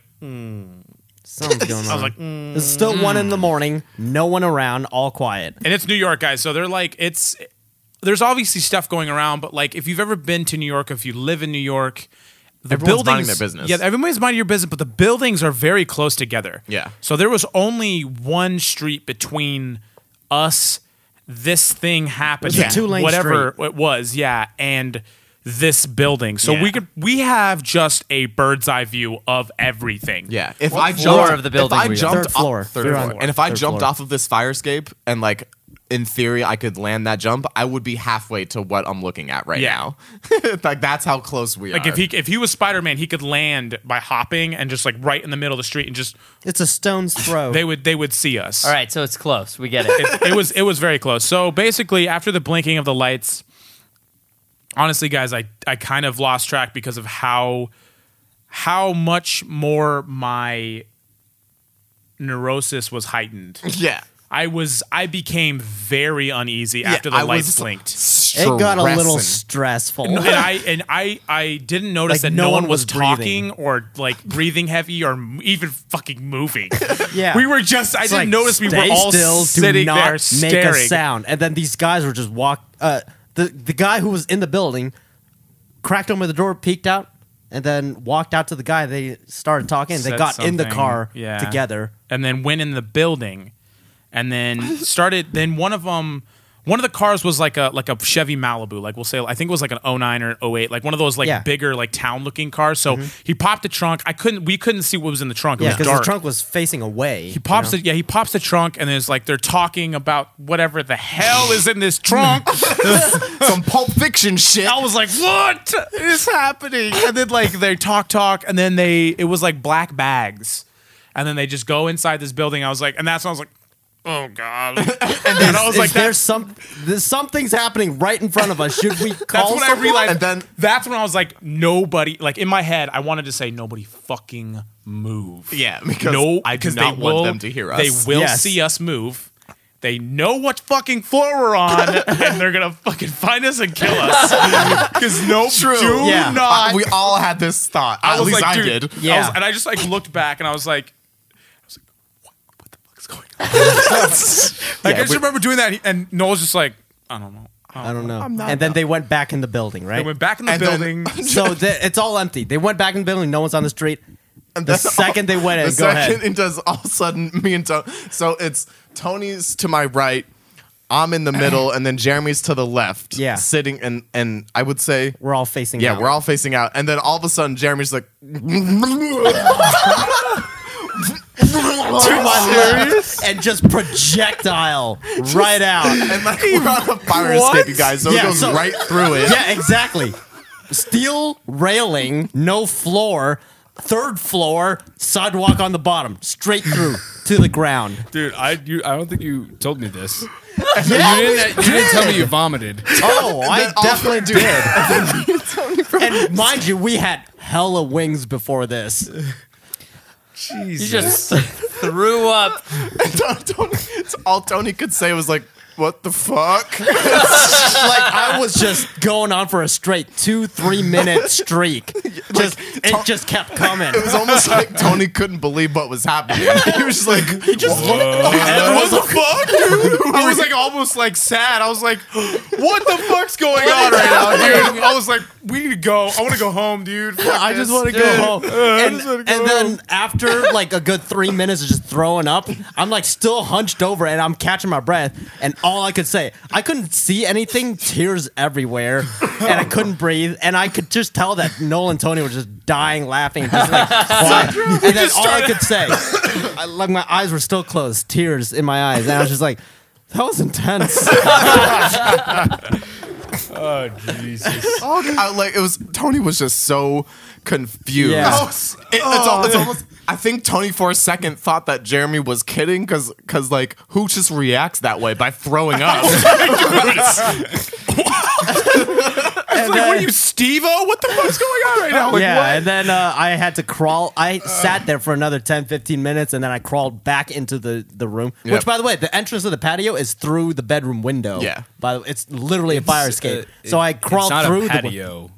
D: Something's going on.
C: I was like,
D: it's still one in the morning. No one around. All quiet.
C: and it's New York, guys. So they're like, it's there's obviously stuff going around, but like if you've ever been to New York, if you live in New York, the
B: Everyone's minding
C: buildings,
B: their business.
C: Yeah, everybody's minding your business, but the buildings are very close together.
B: Yeah.
C: So there was only one street between us, this thing happened,
D: It was a two-lane
C: whatever it was, yeah, and this building. So we could we have just a bird's eye view of everything.
B: *laughs* Yeah. If
A: What
B: I
A: floor
B: jumped
A: of the building
B: if
A: were
B: I
A: you on?
B: jumped
D: Third floor.
B: off,
D: We
B: third
D: were on
B: floor. And if I
D: third
B: jumped
D: floor.
B: off of this fire escape and like in theory I could land that jump, I would be halfway to what I'm looking at right
C: Yeah.
B: now. *laughs* like that's how close we
C: Like
B: are.
C: if he if he was Spider Man, he could land by hopping and just like right in the middle of the street and just
D: It's a stone's throw.
C: they would they would see us.
A: All right, so it's close. We get it.
C: it was it was very close. So basically, after the blinking of the lights, honestly, guys, I I kind of lost track because of how how much more my neurosis was heightened.
B: *laughs* yeah.
C: I was I became very uneasy after
B: Yeah,
C: the
B: I
C: lights
B: was
C: blinked.
B: stressing.
D: it got a little stressful.
C: And
D: *laughs*
C: I and I I didn't notice
D: Like,
C: that
D: no
C: no,
D: one
C: one was,
D: was breathing.
C: talking or like breathing heavy or m- even fucking moving.
D: *laughs* Yeah.
C: we were just. I didn't
D: like,
C: notice we were
D: stay
C: all
D: still,
C: sitting
D: do not
C: there
D: make
C: staring.
D: a sound. And then these guys were just walk. Uh, the the guy who was in the building cracked open the door, peeked out, and then walked out to the guy. They started talking. They
C: Said
D: got in the
C: something.
D: car
C: Yeah.
D: together.
C: and then went in the building and
D: *laughs*
C: then started then one of them one of the cars was like a like a Chevy Malibu like we'll say I think it was like an 09 or an 08 like one of those like
D: Yeah. Mm-hmm.
C: bigger like town looking cars so he popped the trunk I couldn't we couldn't see what was in the trunk it
D: Yeah,
C: was
D: because
C: dark
D: the trunk was facing away.
C: he pops it yeah he pops the trunk and there's like they're talking about whatever the hell is in this trunk
B: Some Pulp
C: *laughs*
B: Fiction shit.
C: I was like, "What is happening?" And then like they talk, talk, and then they it was like black bags, and then they just go inside this building. I was like, and that's when I was like, "Oh god!" and, I was like, that's,
D: there's some there's something's happening right in front of us. Should we
C: *laughs* that's
D: call
C: when I
D: someone?
C: realized.
B: And then-
C: that's when I was like, nobody. Like in my head, I wanted to say, "Nobody fucking move."
B: yeah, because
C: no,
B: I do
C: 'cause
B: not
C: they
B: want
C: will-
B: them to hear us.
C: They will
D: Yes.
C: see us move. They know what fucking floor we're on,
B: *laughs*
C: and they're gonna fucking find us and kill us. Because no,
B: True.
C: do
D: Yeah.
C: not.
B: Uh, we all had this thought.
C: I
B: At
C: was
B: least I
C: like, dude,
B: did.
D: Yeah.
C: I was, and I just like looked back and I was like,
B: *laughs*
C: I was like, what, what the fuck is going on? like, I just remember doing that, and Noel's just like, I don't know.
D: I don't know. and then they went back in the building,
C: I
D: right?
C: went back in the
B: And then-
C: building.
D: so the, it's all empty. They went back in the building. No one's on the street. the
B: that's all-
D: second they went in,
B: the
D: go ahead.
B: second it *laughs* does all of a sudden me and Tony. So it's Tony's to my right, I'm in the middle, and then Jeremy's to the left.
D: Yeah.
B: sitting and and I would say.
D: We're all facing.
B: Yeah,
D: out.
B: we're all facing out, and then all of a sudden, Jeremy's like, *laughs* "To my
D: left and just projectile right
B: *laughs*
D: out.
B: and like we're on a fire escape, you guys. So
D: Yeah,
B: it goes
D: so-
B: right through
D: *laughs*
B: it. *laughs*
D: Yeah, exactly. Steel railing, no floor, third floor, sidewalk on the bottom, straight through to the ground.
E: Dude, I you, I don't think you told me this. you, didn't, you didn't tell me
C: *laughs*
E: you vomited.
D: Oh, I
B: then all-
D: definitely
B: dude. *laughs*
D: did. and mind you, we had hella wings before this.
A: you just threw up.
B: Tony, it's all Tony could say was like, "What the fuck?"
D: Like I was just going on for a straight two,
B: *laughs*
D: three minute streak. Just it just kept coming.
B: It was almost like Tony couldn't believe what was happening. *laughs* He was just like, *laughs*
C: what the fuck? I was like almost like sad. I was like, what the fuck's going on right now, dude? I was like, we need to go. I want to go home, dude. Fuck
D: I just
C: this.
D: want to go home. And, and then after like a good three minutes of just throwing up, I'm like still hunched over and I'm catching my breath. And all I could say, I couldn't see anything, tears everywhere, and I couldn't breathe. And I could just tell that Noel and Tony were just dying laughing.
C: *laughs*
D: Just like, why? and that's all I could say. I, like my eyes were still closed, tears in my eyes. And I was just like, that
C: *laughs*
D: was intense.
E: Oh Jesus!
B: "Oh," I- like it was. Tony was just so confused.
D: Yeah.
C: Oh,
B: It- it's, al- it's almost. I think Tony for a second thought that Jeremy was kidding because because like who just reacts that way by throwing
C: *laughs*
B: up?
D: And
C: Like, what are
D: then-
C: you, Steve O? What the fuck's going on right now? Like,
D: yeah,
C: what?
D: and then uh, I had to crawl. I sat there for another 10, 15 minutes, and then I crawled back into the, the room. Which,
B: Yep.
D: by the way, the entrance of the patio is through the bedroom window.
B: Yeah.
D: By the way, it's literally a fire escape. so I crawled
E: uh, it's not
D: through
E: a
D: the wi-
E: patio.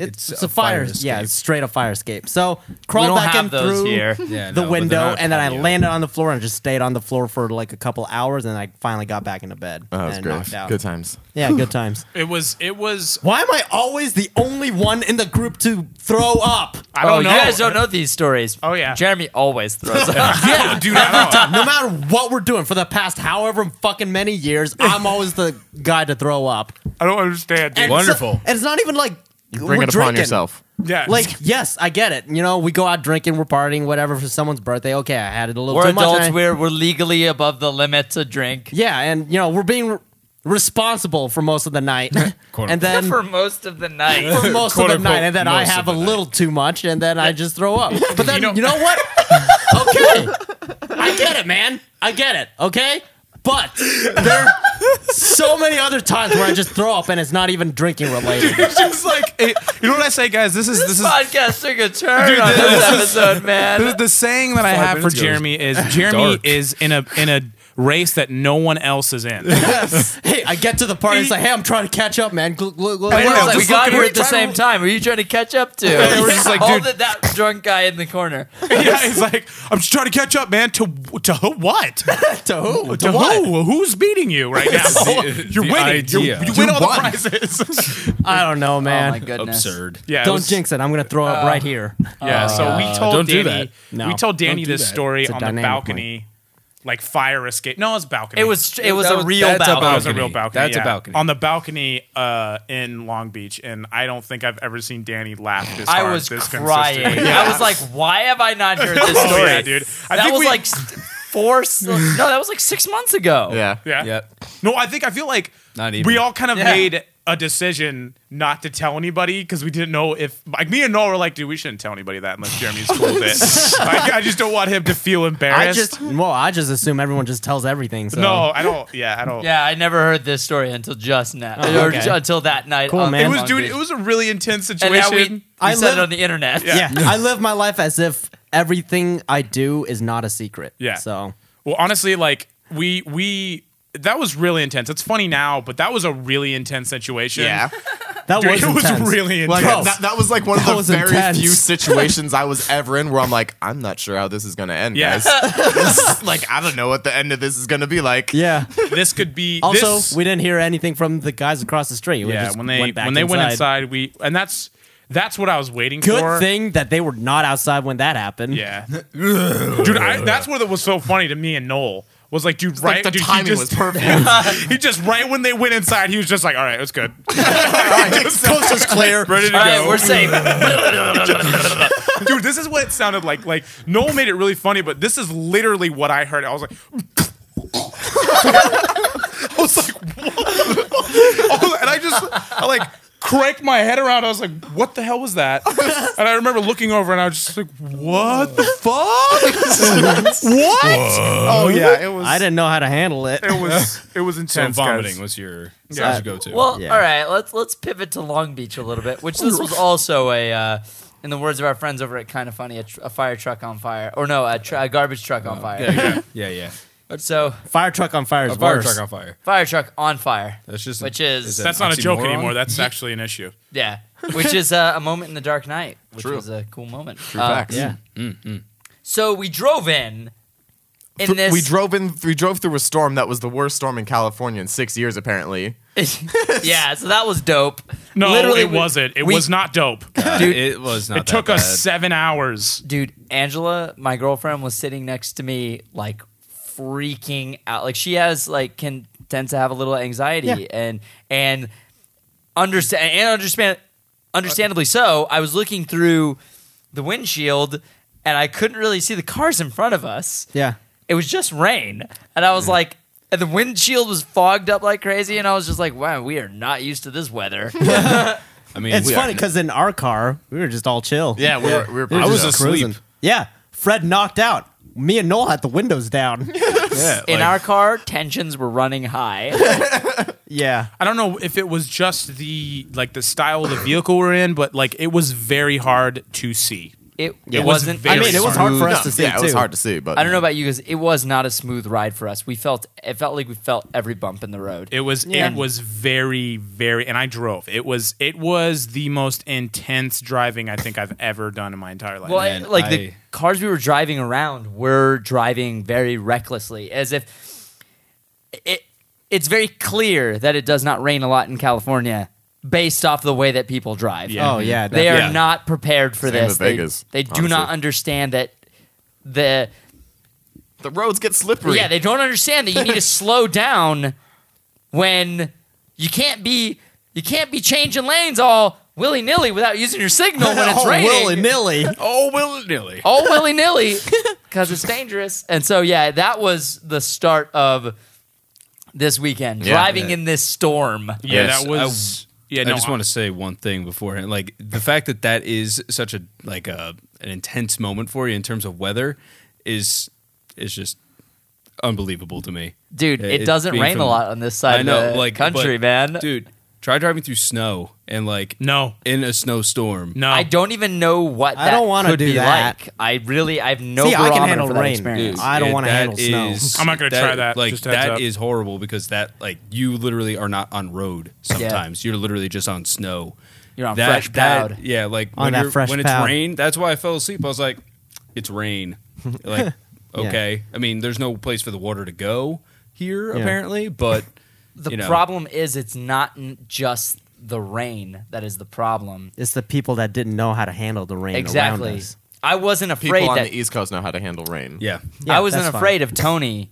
D: It's, it's a fire. yeah, it's straight a fire escape. So crawled
A: don't
D: back
A: have
D: in
A: those
D: through
A: here.
D: the
E: Yeah, no, but they're
D: window,
E: not a
D: and then I
E: patio.
D: landed on the floor and just stayed on the floor for like a couple hours, and I finally got back into bed.
B: That was
D: and
B: great.
D: knocked out.
B: Good times.
D: Yeah, good times.
C: It was. It was.
D: *laughs* Why am I always the only one in the group to throw up?
C: I don't
A: oh,
C: know.
A: you guys don't know these stories.
C: Oh, yeah.
A: Jeremy always throws up.
C: Yeah, dude. I don't know.
D: no matter what we're doing for the past however fucking many years, I'm always the guy to throw up.
C: I don't understand. Dude.
D: And so-
E: Wonderful.
D: and it's not even like
B: Bring
D: we're
B: it upon
D: drinking.
B: yourself.
C: Yeah.
D: *laughs* Like, yes, I get it. You know, we go out drinking, we're partying, whatever for someone's birthday. Okay, I had it a little
A: We're
D: too much.
A: adults.
D: and I-
A: We're we're legally above the limit to drink.
D: yeah, and you know, we're being re- responsible for most of the night,
E: *laughs* Quote,
D: and then
A: for
D: for
A: most of the night. *laughs*
D: most of
E: quote,
D: the
E: unquote,
D: night, and then I
E: most
D: have a
E: of the
D: little too much, and then I just throw up. But then you
C: know-
D: know, what? okay, I get it, man. I get it. Okay, but there. are So many other times where I just throw up and it's not even drinking
C: *laughs*
D: related.
C: *laughs* It's like it- you know what I say, guys. This is this is
A: Podcast took a turn on this episode, man.
C: the, the saying that I have for
E: minutes ago was
C: Jeremy is Jeremy
E: dark.
C: is in a in a race that no one else is in.
D: hey, I get to the party and it's like, hey, I'm trying to catch up, man. Gl- gl- gl-
A: I
D: gl-
A: was like,
C: just
A: we got
C: looking-
A: here
C: we're
A: at the
C: trying
A: same time. Were you trying to catch up to?
C: we're just like,
A: all
C: dude-
A: that that drunk guy in the corner.
C: yeah, it's like I'm just trying to catch up, man. To to who- what?
D: to who?
C: To
D: *laughs*
C: who? Who's beating you right *laughs* now? Oh, You're winning.
E: the
C: You're-
E: idea.
C: you win all
B: won.
C: the prizes.
D: I don't know,
A: Oh
D: man.
A: my goodness.
E: absurd.
C: yeah, it
D: Don't
C: was-
D: jinx it. I'm gonna throw up right here.
C: Yeah, so we told
E: Uh, don't do
C: Danny.
E: that.
D: No,
C: we told Danny
E: don't do
C: this
E: that.
C: story
D: It's a
C: on the
D: dynamic
C: balcony, like fire escape. No, it's balcony.
A: It was it was
E: That
A: a real
E: that's
A: battle.
C: That was a real balcony.
E: That's
C: yeah.
E: a balcony.
C: on the balcony uh, in Long Beach, and I don't think I've ever seen Danny laugh this
A: I
C: hard.
A: was
C: this
A: crying.
C: consistently.
A: I was like, why have I not heard this
C: *laughs* Oh,
A: story,
C: yeah, dude. I
A: that
C: think
A: was
C: we-
A: like s- four. s- no, that was like six months ago.
B: Yeah.
C: Yeah.
E: Yep.
C: No, I think I feel like
E: Not even.
C: we all kind of
A: Yeah.
C: made a decision not to tell anybody because we didn't know if like me and Noah were like, dude, we shouldn't tell anybody that unless Jeremy's cool with it. I, I just don't want him to feel
D: I
C: embarrassed.
D: just well, I just assume everyone just tells everything. So.
C: no, I don't. Yeah, I don't.
A: Yeah, I never heard this story until just now,
D: Oh,
A: or
D: okay.
A: ju- until that night.
D: Cool,
A: on
D: man.
C: It was,
A: Long
C: dude.
A: Beach.
C: It was a really intense
A: and now we,
C: situation.
A: we
D: I
A: said it
D: live-
A: on the internet.
D: Yeah, *laughs* I live my life as if everything I do is not a secret.
C: Yeah. *laughs*
D: So
C: Well, honestly, like we we that was really intense. It's funny now, but that was a really intense situation.
B: Yeah.
D: that
C: *laughs* Dude,
D: was
C: it was
D: intense.
C: really intense.
B: Like
D: Bro.
B: that, that was like one of
D: That
B: the
D: was
B: very
D: intense.
B: few situations I was ever in where I'm like, I'm not sure how this is gonna end,
C: Yeah.
B: guys. This- like I don't know what the end of this is gonna be like.
C: *laughs*
D: Yeah.
C: this could be
D: Also,
C: this,
D: we didn't hear anything from the guys across the street. We
C: yeah.
D: just
C: when they
D: went back
C: when they
D: inside.
C: went inside, we and that's that's what I was waiting
D: Good
C: for.
D: thing that they were not outside when that happened.
C: Yeah, dude, I, that's what was so funny to me and Noel was like, dude, right?
B: Like the
C: dude, he
B: timing
C: just- *laughs*
B: was perfect.
C: He just right when they went inside, he was just like, all right, it's good.
B: *laughs* Coast is clear.
C: Ready to
A: All right,
C: go.
A: we're safe.
C: dude, this is what it sounded like. Like Noel made it really funny, but this is literally what I heard. I was like, *laughs* I was like, what? the- and I just, I like cranked my head around. I was like, what the hell was that? And I remember looking over, and I was just like, what the fuck? what?
D: *laughs*
C: Oh yeah, it was.
D: I didn't know how to handle it. *laughs*
C: It was. It was
E: So
C: intense.
E: vomiting
C: guys.
E: was your,
C: Yeah.
E: yeah. your go-to.
A: Well,
D: Yeah.
A: all right, let's let's pivot to Long Beach a little bit, which this was also a, uh, in the words of our friends over at Kind of Funny, a, tr- a fire truck on fire, or no, a, tr- a garbage truck
C: Oh,
A: on fire.
E: yeah, yeah, yeah.
A: So
D: Fire truck on fire is
E: A fire
D: worse.
E: truck on fire.
A: fire truck on fire,
E: That's just
A: Which is-
E: that
C: That's not a joke
E: oxymoron?
C: anymore. That's actually an issue. *laughs*
A: yeah, which is uh, a moment in the Dark Knight, which
B: True.
A: was a cool moment. True
B: facts.
D: yeah.
C: Mm-hmm.
A: So we drove in. In this,
B: we drove in. We drove through a storm that was the worst storm in California in six years, apparently.
A: *laughs* yeah, so that was dope.
C: No,
A: Literally,
C: it
A: we-
C: wasn't. It
A: we-
C: was not dope.
E: *laughs* Uh,
A: Dude,
E: it was not.
C: It took
E: that
C: us
E: bad.
C: seven hours.
A: dude angela my girlfriend was sitting next to me like freaking out like she has like can tends to have a little anxiety
D: Yeah.
A: and and understand and understand understandably so i was looking through the windshield and i couldn't really see the cars in front of us
D: *laughs* Yeah.
A: it was just rain and i was like and the windshield was fogged up like crazy and i was just like wow we are not used to this weather
E: I mean,
D: It's
E: we-
D: funny because in our car, we were just all chill.
B: Yeah, we were. We were
D: We were
E: I was
D: just
E: asleep.
D: cruising. Yeah. Fred knocked out. Me and Noel had the windows down.
E: yeah,
A: in
E: like,
A: our car tensions were running high
D: yeah.
C: I don't know if it was just the like the style of the vehicle we're in, but like it was very hard to see.
A: it,
C: was
A: wasn't
C: very
D: I mean, it was hard for us to see
B: Yeah, it was
D: too.
B: hard to see, but
A: I don't know about you guys. It was not a smooth ride for us. We felt it felt like we felt every bump in the road.
C: It was
D: Yeah.
C: it was very very and I drove. It was it was the most intense driving I think I've ever done in my entire life.
A: well, I-
E: Man,
A: like the
E: I-
A: cars we were driving around were driving very recklessly, as if it. It's very clear that it does not rain a lot in California, based off the way that people drive.
C: Yeah.
D: Oh yeah.
A: they are
E: Yeah.
A: not prepared for
B: Same
A: this.
B: with
A: They-
B: Vegas,
A: they do not
B: honestly.
A: understand that the
B: the roads get slippery.
A: Yeah, they don't understand that you
B: *laughs*
A: need to slow down when you can't be you can't be changing lanes all willy nilly without using your signal when
B: *laughs*
A: it's raining.
D: nilly.
E: Oh, willy nilly.
A: all willy nilly because it's dangerous. And so, yeah, that was the start of this weekend
B: Yeah.
A: driving in this storm.
C: Yeah,
E: Yes,
C: that was. yeah,
E: I
C: no,
E: just want to say one thing beforehand. Like the fact that that is such a like a an intense moment for you in terms of weather is is just unbelievable to me.
A: Dude,
E: Yeah,
A: it,
E: it
A: doesn't
E: being
A: rain
E: from-
A: a lot on this side
E: I know,
A: of the
E: like
A: country,
E: but,
A: man.
E: Dude, try driving through snow and like
C: No,
E: in a snowstorm.
C: no.
A: I don't even know what
D: I
A: that
D: don't wanna
A: could
D: do
A: be
D: that.
A: like. I really, I have no
D: See, I can
A: barometer
D: handle
A: for that
D: rain,
A: experience.
D: dude. I don't
E: it-
D: wanna
E: that
D: handle snow.
E: is-
C: I'm not gonna try that,
E: Like
C: just heads
E: that
C: up.
E: is horrible because that like you literally are not on road sometimes. You're literally just on snow.
A: You're on
E: That-
A: fresh
E: that-
A: cloud.
E: yeah, like
D: On
E: when,
D: that
E: you're-
D: fresh
E: when it's
D: cloud.
E: rain. That's why I fell asleep. I was like, it's rain.
D: *laughs*
E: Like okay, I mean, there's no place for the water to go here
D: Yeah.
E: apparently, but
A: The
E: you know,
A: problem is, it's not n- just the rain that is the problem.
D: It's the people that didn't know how to handle the rain around
A: Exactly.
D: us.
A: I wasn't
B: People
A: afraid
B: on
A: that
B: the e- East Coast know how to handle rain.
E: Yeah,
D: Yeah,
A: I wasn't
D: that's fine.
A: afraid of Tony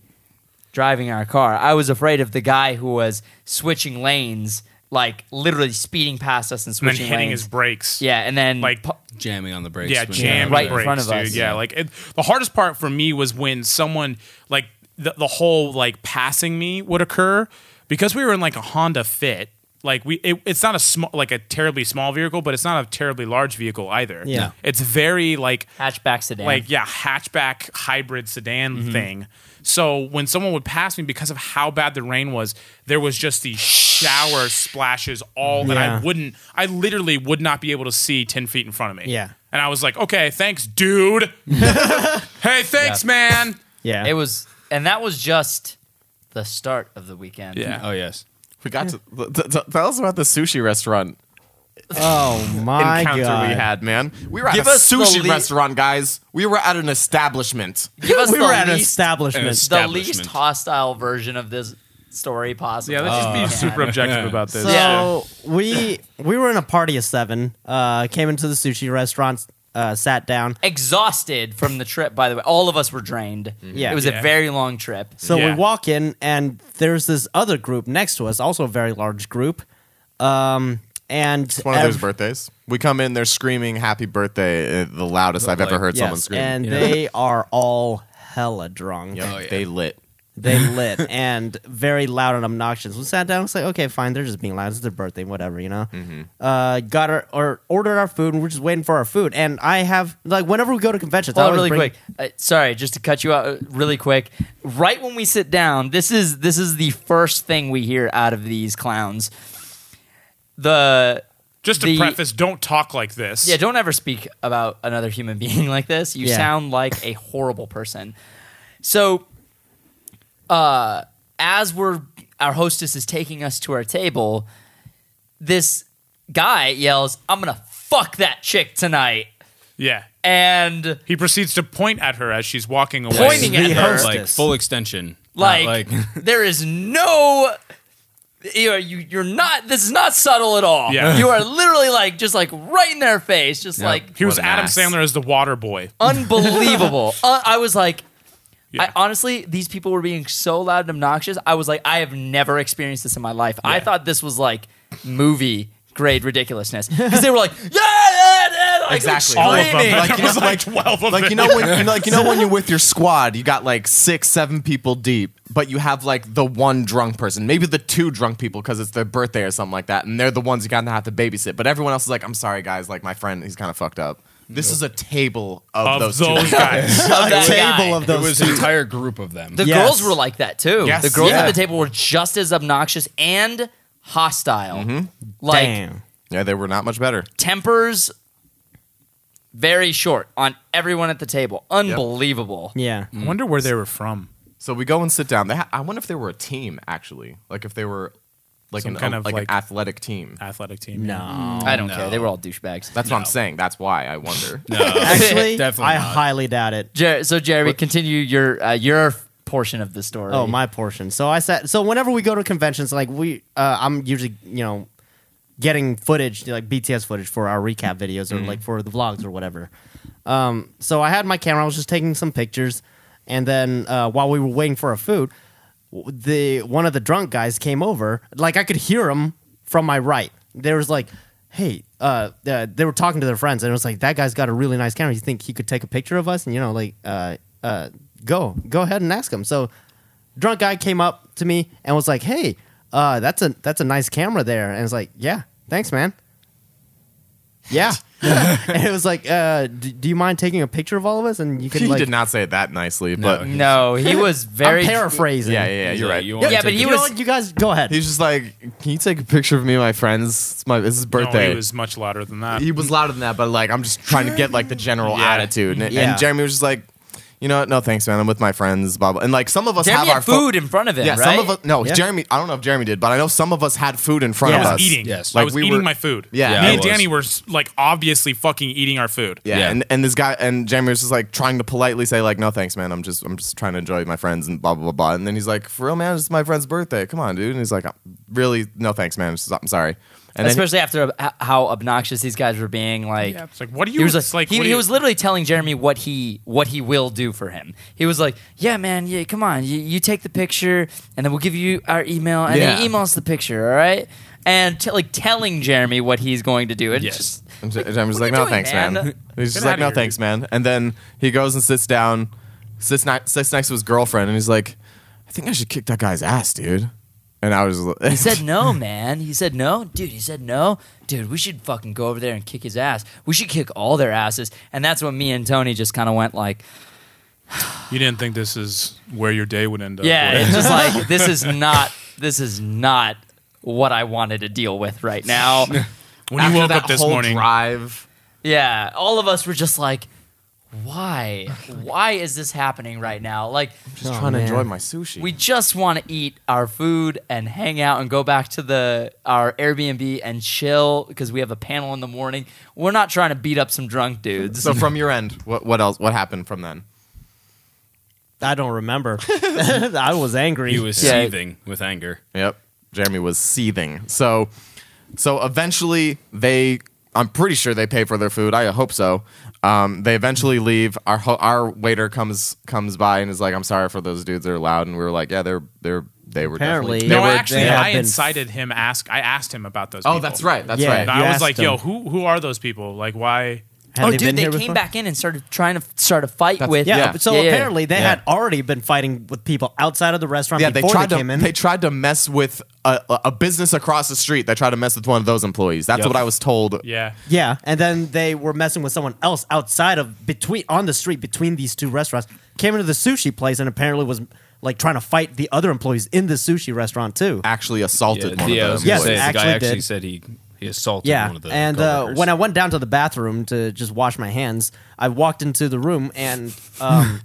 A: driving our car. I was afraid of the guy who was switching lanes, like literally speeding past us and
C: and then
A: switching
C: hitting
A: lanes.
C: his brakes.
A: yeah, and then
C: like
A: pu-
E: jamming on the brakes.
C: yeah,
E: when-
C: jam
A: right in
C: brakes,
A: front of
C: dude.
A: us.
C: Yeah, like it, the hardest part for me was when someone like the, the whole like passing me would occur because we were in like a Honda Fit. Like we, it, it's not a small, like a terribly small vehicle, but it's not a terribly large vehicle either.
D: Yeah. No.
C: it's very like
A: hatchback sedan.
C: like yeah hatchback hybrid sedan thing so when someone would pass me because of how bad the rain was there was just these shower splashes all that
D: Yeah.
C: i wouldn't i literally would not be able to see 10 feet in front of me
D: Yeah.
C: and i was like okay thanks dude hey thanks man
D: Yeah.
A: it was, and that was just the start of the weekend.
E: Oh yes.
B: We got to th- th- th- tell us about the sushi restaurant
D: oh my
B: encounter
D: god.
B: we had, man. We were at
D: Give
B: a
D: us the
B: sushi
D: le-
B: restaurant, guys. We were at an establishment.
A: Give us
D: we
A: the
D: were at an
A: least,
D: establishment.
E: Yes.
A: the
E: establishment.
A: least hostile version of this story possible.
C: yeah let's just be
A: Oh.
C: super objective about this
D: So we we were in a party of seven. Uh, came into the sushi restaurant, uh, sat down.
A: Exhausted from the trip, by the way. All of us were drained.
D: Yeah.
A: it was
C: Yeah.
A: a very long trip.
D: Mm-hmm. So
C: Yeah.
D: we walk in, and there's this other group next to us, also a very large group. Um, and
B: It's one of those
D: ev-
B: birthdays. We come in, they're screaming "Happy Birthday!" uh, the loudest I've ever
E: like-
B: heard someone
D: yes,
B: scream.
D: and
E: Yeah.
D: they are all hella drunk.
B: Yep,
E: Oh, yeah.
B: They lit.
D: They lit and very loud and obnoxious. We sat down. It's like, okay, fine. They're just being loud. It's their birthday, whatever, you know. Uh, got our or ordered our food, and we're just waiting for our food. And I have like whenever we go to conventions, I
A: Hold on,
D: always
A: really
D: bring-
A: quick. Uh, sorry, just to cut you out uh, really quick. Right when we sit down, this is this is the first thing we hear out of these clowns. The
C: just to
A: the-
C: preface don't talk like this
A: yeah, don't ever speak about another human *laughs* being like this. You
D: Yeah.
A: sound like a horrible person. So, uh, as we're our hostess is taking us to our table, this guy yells, "I'm gonna fuck that chick tonight,"
C: yeah
A: and
C: he proceeds to point at her as she's walking away
A: Pointing at
E: Like,
A: her.
E: like full extension.
A: Like,
E: Not
A: *laughs*
E: like *laughs*
A: there is no you know, you, you're not this is not subtle at all.
C: Yeah.
A: You are literally like just like right in their face, just
E: Yep.
A: like
C: he was
E: What an
C: adam
E: ass.
C: sandler as the water boy
A: unbelievable. uh, I was like
C: Yeah.
A: I, honestly, these people were being so loud and obnoxious. I was like, I have never experienced this in my life. I
C: Yeah.
A: thought this was like movie grade ridiculousness because they were like, yeah, yeah, yeah, like,
B: Exactly.
C: all of
A: screaming.
C: them
B: Like,
C: *laughs* like,
B: you know,
C: was like 12 of
B: Like *laughs*
C: them
B: you know when like you know when you're with your squad, you got like six, seven people deep, but you have like the one drunk person, maybe the two drunk people because it's their birthday or something like that, and they're the ones you kind of have to babysit. But everyone else is like, "I'm sorry, guys. Like my friend, he's kind of fucked up." This is a table of,
C: of
B: those,
C: those,
B: two people.
C: guys *laughs*
A: Of that guy.
D: table of
E: it
D: those.
E: was an entire group of them.
A: The
D: Yes.
A: girls were like that too.
B: Yes.
A: The girls
B: Yeah.
A: at the table were just as obnoxious and hostile. Like
D: Damn.
B: Yeah, they were not much better.
A: tempers very short on everyone at the table. Unbelievable.
E: *laughs*
D: Yeah.
C: I wonder where they were from.
B: So we go and sit down. They ha- I wonder if they were a team actually, like if they were like
C: Some
B: an
C: kind
B: a-
C: of,
B: like,
C: like-
B: an athletic team.
C: Athletic team.
D: No.
A: I don't
E: no.
A: care. They were all douchebags.
B: That's what I'm saying. That's why I *laughs* wonder.
E: No,
D: Actually,
E: Definitely
D: I
E: not.
D: highly doubt it.
A: Jer- so Jeremy, continue your uh, your portion of the story.
D: Oh, my portion. So I said. So whenever we go to conventions, like we, uh, I'm usually you know getting footage like BTS footage for our recap videos or like for the vlogs or whatever. Um, so I had my camera. I was just taking some pictures, and then uh, while we were waiting for our food, w- the one of the drunk guys came over. Like I could hear him from my right. There was like. hey, uh, uh, they were talking to their friends, and it was like, that guy's got a really nice camera. You think he could take a picture of us? And you know, like, uh, uh, go, go ahead and ask him. So, drunk guy came up to me and was like, hey, uh, that's a that's a nice camera there. And it's like, yeah, thanks, man.
B: *laughs*
D: Yeah. *laughs* and it was like, uh, d- do you mind taking a picture of all of us? And
B: *laughs*
D: you could
B: He
D: like,
B: did not say it that nicely,
E: No,
B: but
E: he-
A: No, he
B: *laughs*
A: was very.
D: I'm paraphrasing.
B: yeah, yeah, yeah,
E: He's
B: you're
E: like,
B: right.
E: "You
B: Yeah,
E: want
A: Yeah,
E: to
A: but
E: take
A: he
D: You,
E: a-
D: know
A: was-
D: what? You guys, go ahead.
B: He's just like, can you take a picture of me and my friends? It's my, it's his birthday.
C: No, he was much louder than that.
B: he was louder than that, but like I'm just trying to get like the *laughs* general
C: Yeah.
B: attitude. And,
D: Yeah.
B: and Jeremy was just like, you know, what? no thanks, man. I'm with my friends, blah blah. And like some of us
A: Jeremy
B: have our
A: had
B: pho-
A: food in front of him,
B: yeah,
A: right?
B: some of us. No,
D: Yeah.
B: Jeremy. I don't know if Jeremy did, but I know some of us had food in front
C: I
B: of
C: was
B: us.
C: eating.
E: Yes.
C: I
B: Like,
C: was
B: we
C: eating
B: were-
C: my food.
B: Yeah.
E: Yeah,
C: Me
E: I
C: and
E: was.
C: Danny were s- like obviously fucking eating our food.
B: Yeah,
E: Yeah.
B: And, and this guy and Jeremy was just like trying to politely say like, no thanks, man. I'm just I'm just trying to enjoy my friends and blah blah blah blah. And then he's like, for real, man, it's my friend's birthday. Come on, dude. And he's like, really, no thanks, man. It's- I'm sorry. And then
A: Especially after uh, how obnoxious these guys were being. Like,
C: Yeah, it's like, what do you?
A: he was like,
C: it's like
A: he,
C: what do
A: he
C: you-
A: was literally telling Jeremy what he what he will do for him. He was like, "Yeah, man, yeah, come on, you, you take the picture, and then we'll give you our email, and then
B: Yeah.
A: email us the picture, all right?" And t- like telling Jeremy what he's going to do. It's
E: Yes.
A: just-
B: And J- Jeremy's
A: what
B: like,
A: are you
B: no,
A: doing,
B: thanks,
A: man?"
B: man. He's just
C: Get
B: like,
C: outta
B: no,
C: here,
B: thanks, man. And then he goes and sits down, sits, ni- sits next to his girlfriend, and he's like, I think I should kick that guy's ass, dude. And I *laughs* was,
A: he said no, man. He said no, dude. He said no, dude. We should fucking go over there and kick his ass. We should kick all their asses. And that's when me and Tony just kind of went like,
C: You didn't think this is where your day would end up.
A: Yeah,
C: would
A: it's
C: it?
A: just like this is not this is not what I wanted to deal with right now.
C: *laughs* when you woke up this morning,
B: drive.
A: Yeah, all of us were just like, why? Why is this happening right now? Like,
B: Just
D: Oh,
B: trying to
D: man.
B: enjoy my sushi.
A: we just want to eat our food and hang out and go back to the our Airbnb and chill because we have a panel in the morning. We're not trying to beat up some drunk dudes.
B: so from your end, what what else? What happened from then?
D: I don't remember. *laughs* I was angry.
E: He was
A: Yeah.
E: seething with anger.
B: Yep. Jeremy was seething. So so eventually they I'm pretty sure they pay for their food. I hope so. Um, they eventually leave. Our ho- our waiter comes comes by and is like, "I'm sorry for those dudes. They're loud." And we were like, "Yeah, they're they're they were
D: Apparently-
B: definitely-
C: no,
D: They were-
C: actually,
D: they have
C: I
D: been-
C: incited him. Ask, I asked him about those.
B: Oh,
C: people.
B: that's right. That's
D: Yeah.
B: right.
C: And
D: You
C: I was like,
D: asked
C: yo,
D: him.
C: who who are those people? Like, why?
D: Had
A: oh,
D: they
A: dude,
D: been
A: they
D: here
A: came
D: before?
A: back in and started trying to start a fight with.
D: Yeah,
B: Yeah.
D: so
A: Yeah, yeah.
D: apparently they
B: Yeah.
D: had already been fighting with people outside of the restaurant
B: yeah, they
D: before
B: tried to
D: came in.
B: they tried to mess with a, a- a business across the street. They tried to mess with one of those employees. That's
E: Yep.
B: what I was told.
C: Yeah.
D: yeah, and then they were messing with someone else outside of between on the street between these two restaurants. Came into the sushi place and apparently was like trying to fight the other employees in the sushi restaurant too.
B: Actually
E: Yeah,
B: assaulted one
E: yeah, I
B: of
E: was
B: the
E: gonna
D: Yes,
E: say,
B: employees.
E: the guy
D: actually
E: actually
D: did.
E: said he, he assaulted
D: Yeah,
E: one of the
D: and uh,
E: coworkers.
D: when I went down to the bathroom to just wash my hands, I walked into the room and um,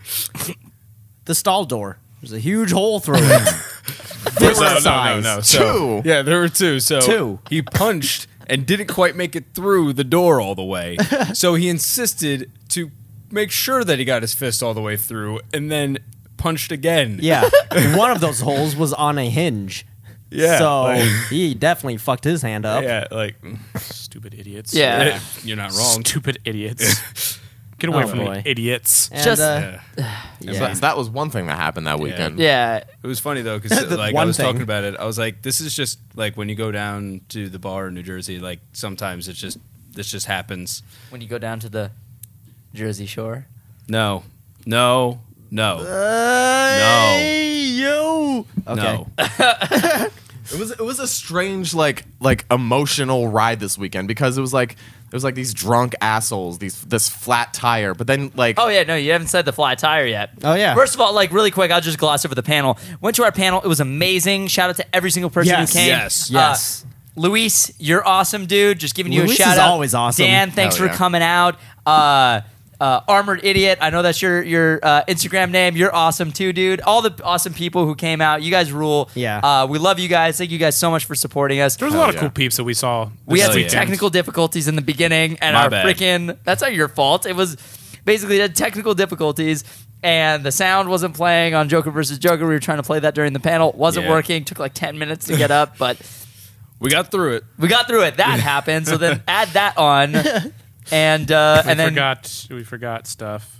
D: *laughs* the stall door. There's a huge hole through
E: *laughs*
D: it.
E: *laughs* no, no, no,
D: size.
E: no, So,
B: Two.
E: Yeah, there were two. So
D: Two.
E: He punched and didn't quite make it through the door all the way. so he insisted to make sure that he got his fist all the way through, and then punched again. *laughs*
D: Yeah, one of those holes was on a hinge.
E: Yeah,
D: so
E: like-
D: *laughs* he definitely fucked his hand up.
E: Yeah, like
C: Stupid idiots.
A: Yeah.
E: *laughs* you're not wrong.
C: Stupid idiots. Get away
D: Oh,
C: from
D: boy.
C: me, idiots.
D: And,
A: Just-
D: uh,
E: Yeah.
B: So
D: yeah.
B: that was one thing that happened that weekend.
A: yeah.
E: It was funny though because
D: *laughs* The
E: like I
D: one
E: was
D: thing.
E: talking about it, I was like, "This is just like when you go down to the bar in New Jersey. Like sometimes it's just this just happens."
A: When you go down to the Jersey Shore.
E: No, no, no,
D: yo.
E: no,
D: Okay.
E: no.
B: It was it was a strange like like emotional ride this weekend because it was like it was like these drunk assholes, these this flat tire, but then like
A: Oh yeah, no, you haven't said the fly tire yet.
D: Oh, yeah.
A: First of all, like really quick, I'll just gloss over the panel. Went to our panel; it was amazing. Shout out to every single person
D: Yes.
A: who came.
E: Yes.
A: Uh,
D: Yes.
A: Luis, you're awesome, dude. Just giving you
D: Luis
A: a shout
D: is
A: out.
D: always awesome. Oh,
A: Dan, thanks
B: Hell
A: for
B: yeah.
A: coming out. Uh, uh, Armored Idiot, I know that's your your uh, Instagram name. You're awesome too, dude. All the awesome people who came out, you guys rule.
D: Yeah.
A: uh, we love you guys. Thank you guys so much for supporting us.
C: There was a lot of
B: yeah.
C: cool peeps that we saw.
A: We
C: this
A: had some
E: yeah.
C: weekend.
A: technical difficulties in the beginning, and
E: My
A: our
E: bad.
A: freaking that's not your fault. It was basically had technical difficulties, and the sound wasn't playing on Joker versus Joker. We were trying to play that during the panel, wasn't
E: Yeah.
A: working. Took like ten minutes to get up, but
E: We got through it.
A: we got through it. That happened. So then add that on, and uh,
C: We
A: and then
C: forgot. We forgot stuff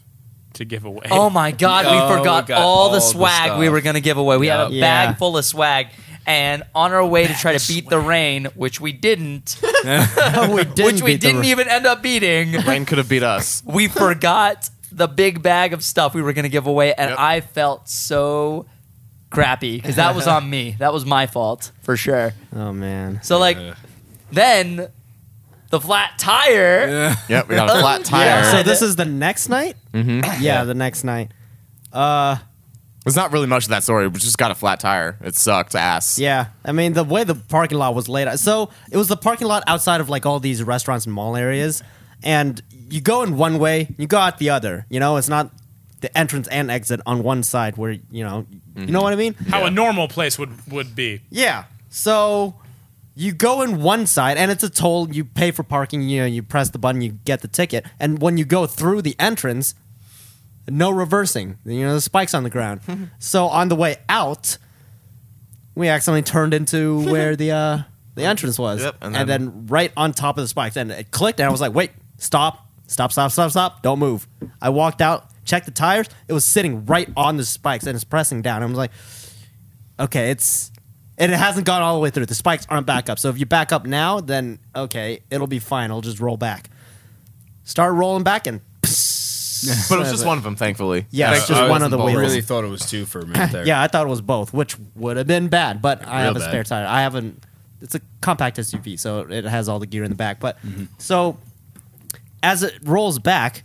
C: to give away.
A: oh my god,
E: Oh,
A: we forgot
E: we got
A: all the
E: all the
A: swag we
E: stuff.
A: were gonna give away. We had a
D: Yup.
A: bag
D: Yeah.
A: full of swag, And on our way to try to beat the rain, which we didn't,
D: we
A: *laughs* which we didn't even end up beating,
B: *laughs* Rain could have beat us.
A: we forgot the big bag of stuff we were going to give away. And
B: Yep.
A: I felt so crappy because that was on me. That was my fault for sure.
D: Oh man.
A: So, like,
E: Uh,
A: then the flat tire.
B: Yep, we got a flat tire.
D: Yeah, so
A: Tired.
D: this is the next night. Mm-hmm. Yeah, the next night. Uh,
B: There's not really much to that story. We just got a flat tire. It sucked ass.
D: yeah. I mean, the way the parking lot was laid out. So it was the parking lot outside of like all these restaurants and mall areas, and you go in one way, you go out the other. You know, it's not the entrance and exit on one side where you know, you know what I mean.
C: How a normal place would would be.
D: Yeah. So you go in one side, and it's a toll. You pay for parking. You know, you press the button, you get the ticket, and when you go through the entrance, no reversing. You know, the spikes on the
B: *laughs*
D: ground. so on the way out, we accidentally turned into
B: *laughs*
D: where the uh, the entrance was,
B: Yep,
D: and,
B: and
D: then,
B: then-
D: right on top of the spikes, and it clicked, and I was like, "Wait, stop, stop, stop, stop, stop! Don't move!" I walked out, checked the tires. It was sitting right on the spikes, and it's pressing down. I was like, okay, it's and it hasn't gone all the way through. The spikes aren't back up. So if you back up now, then okay, it'll be fine. It'll just roll back. Start rolling back and
B: But it was just one of them, thankfully.
D: Yeah, it's
E: *laughs*
B: Thank-
D: just
B: uh,
D: one of the
B: both.
E: I
D: wheels.
E: really thought it was two for a
D: *laughs*
E: minute there.
D: yeah, I thought it was both, which would have been bad, but I
E: Real
D: have a
E: bad.
D: spare tire. I haven't it's a compact SUV, so it has all the gear in the back. But so as it rolls back,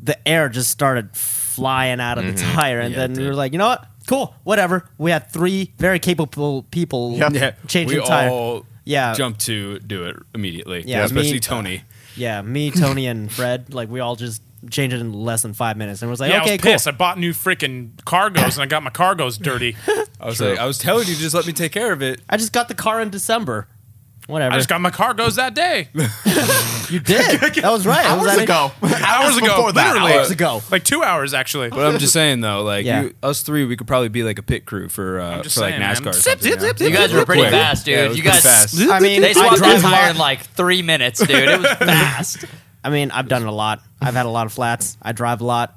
D: the air just started flying out of the tire, and
E: Yeah,
D: then
E: it
D: we were
E: did.
D: like, you know what? Cool, whatever. We had three very capable people
B: Yep.
E: yeah.
D: *laughs* changing
E: we
D: tire.
E: all
D: Yeah.
E: jumped to do it immediately.
D: Yeah, me-
E: especially Tony.
D: Yeah, me, Tony, and Fred, like we all just changed it in less than five minutes, and was like,
C: yeah, I
D: okay,
C: was pissed.
D: cool.
C: I bought new freaking cargos and I got my cargos dirty.
E: I was like, I was telling you, just let me take care of it.
D: I just got the car in December. Whatever.
C: I just got my cargos that day,
D: you did. that was right. It was
B: Hours
D: at-
B: ago.
C: Hours ago,
B: Before that.
C: literally.
D: Hours ago.
C: like two hours actually.
E: But I'm just saying though, like
D: Yeah.
E: you, us three, we could probably be like a pit crew for uh,
C: just
E: for like
C: saying, man.
E: NASCAR. or
C: Zip,
E: something,
C: zip,
E: you know?
C: zip, zip,
A: You guys were pretty
E: Quick.
A: fast, dude.
E: Yeah, it was
A: you
E: pretty
A: guys,
E: fast.
D: I mean,
A: they swapped that
D: I, drive a
A: tire
D: lot.
A: in like three minutes, dude. It was fast.
D: I mean, I've done a lot. I've had a lot of flats. I drive a lot.